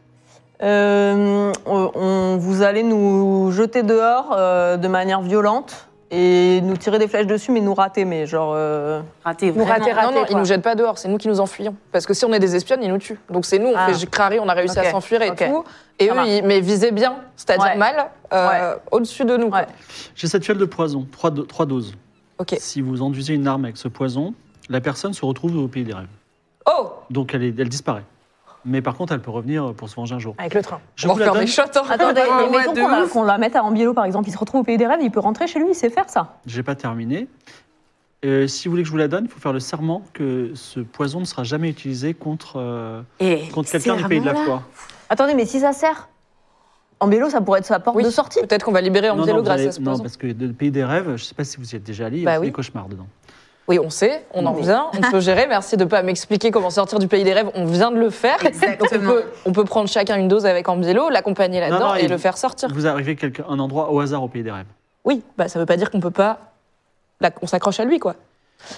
Speaker 6: Euh, on, on- vous allez nous jeter dehors euh, de manière violente et nous tirer des flèches dessus, mais nous rater, mais genre. euh,
Speaker 3: Raté,
Speaker 4: Nous
Speaker 3: vraiment.
Speaker 4: rater,
Speaker 2: non,
Speaker 4: rater,
Speaker 2: non, ils
Speaker 4: quoi.
Speaker 2: nous jettent pas dehors, c'est nous qui nous enfuyons. Parce que si on est des espionnes, ils nous tuent. Donc c'est nous, on
Speaker 6: Ah.
Speaker 2: fait crarer, on a réussi
Speaker 6: Ok,
Speaker 2: à s'enfuir et
Speaker 6: ok.
Speaker 2: tout. Et
Speaker 6: Ça
Speaker 2: eux,
Speaker 6: marche.
Speaker 2: ils, mais visaient bien, c'est-à-dire
Speaker 6: Ouais.
Speaker 2: mal, euh, au-dessus de nous. quoi.
Speaker 6: Ouais.
Speaker 1: J'ai cette tuile de poison, trois, do- trois doses.
Speaker 2: Ok.
Speaker 1: Si vous enduisez une arme avec ce poison, la personne se retrouve au pays des rêves.
Speaker 2: Oh
Speaker 1: Donc elle, est- elle disparaît. Mais par contre, elle peut revenir euh, pour se venger un jour.
Speaker 4: Avec le train.
Speaker 1: Je
Speaker 2: On
Speaker 1: vous
Speaker 2: va
Speaker 1: la
Speaker 2: faire
Speaker 1: donne.
Speaker 2: des shots, hein.
Speaker 6: Attendez, mais
Speaker 3: ouais,
Speaker 6: mettons
Speaker 3: de
Speaker 6: qu'on la,
Speaker 3: ouf.
Speaker 6: qu'on la mette à Ambiello par exemple, il se retrouve au pays des rêves, il peut rentrer chez lui, il sait faire ça.
Speaker 1: J'ai pas terminé. Euh, si vous voulez que je vous la donne, il faut faire le serment que ce poison ne sera jamais utilisé contre, euh,
Speaker 8: Et
Speaker 1: contre quelqu'un du pays de la foi.
Speaker 6: Attendez, mais si ça sert En vélo, ça pourrait être sa porte
Speaker 2: Oui.
Speaker 6: de sortie.
Speaker 2: Peut-être qu'on va libérer en
Speaker 1: Non,
Speaker 2: vélo
Speaker 1: non, vous
Speaker 2: grâce
Speaker 1: allez-
Speaker 2: à ce
Speaker 1: non,
Speaker 2: poison.
Speaker 1: parce que le pays des rêves, je ne sais pas si vous y êtes déjà allé, il y a
Speaker 2: Bah
Speaker 1: tous
Speaker 2: oui.
Speaker 1: les cauchemars dedans.
Speaker 2: Oui, on sait, on en vient, on peut gérer. Merci de ne pas m'expliquer comment sortir du pays des rêves. On vient de le faire. Donc on
Speaker 9: Exactement.
Speaker 2: peut, on peut prendre chacun une dose avec Ambielo, l'accompagner
Speaker 1: Non,
Speaker 2: là-dedans
Speaker 1: non,
Speaker 2: et
Speaker 1: il-
Speaker 2: le faire sortir.
Speaker 1: Vous arrivez à un endroit au hasard au pays des rêves.
Speaker 2: Oui, bah ça veut pas dire qu'on peut pas. là, on s'accroche à lui, quoi.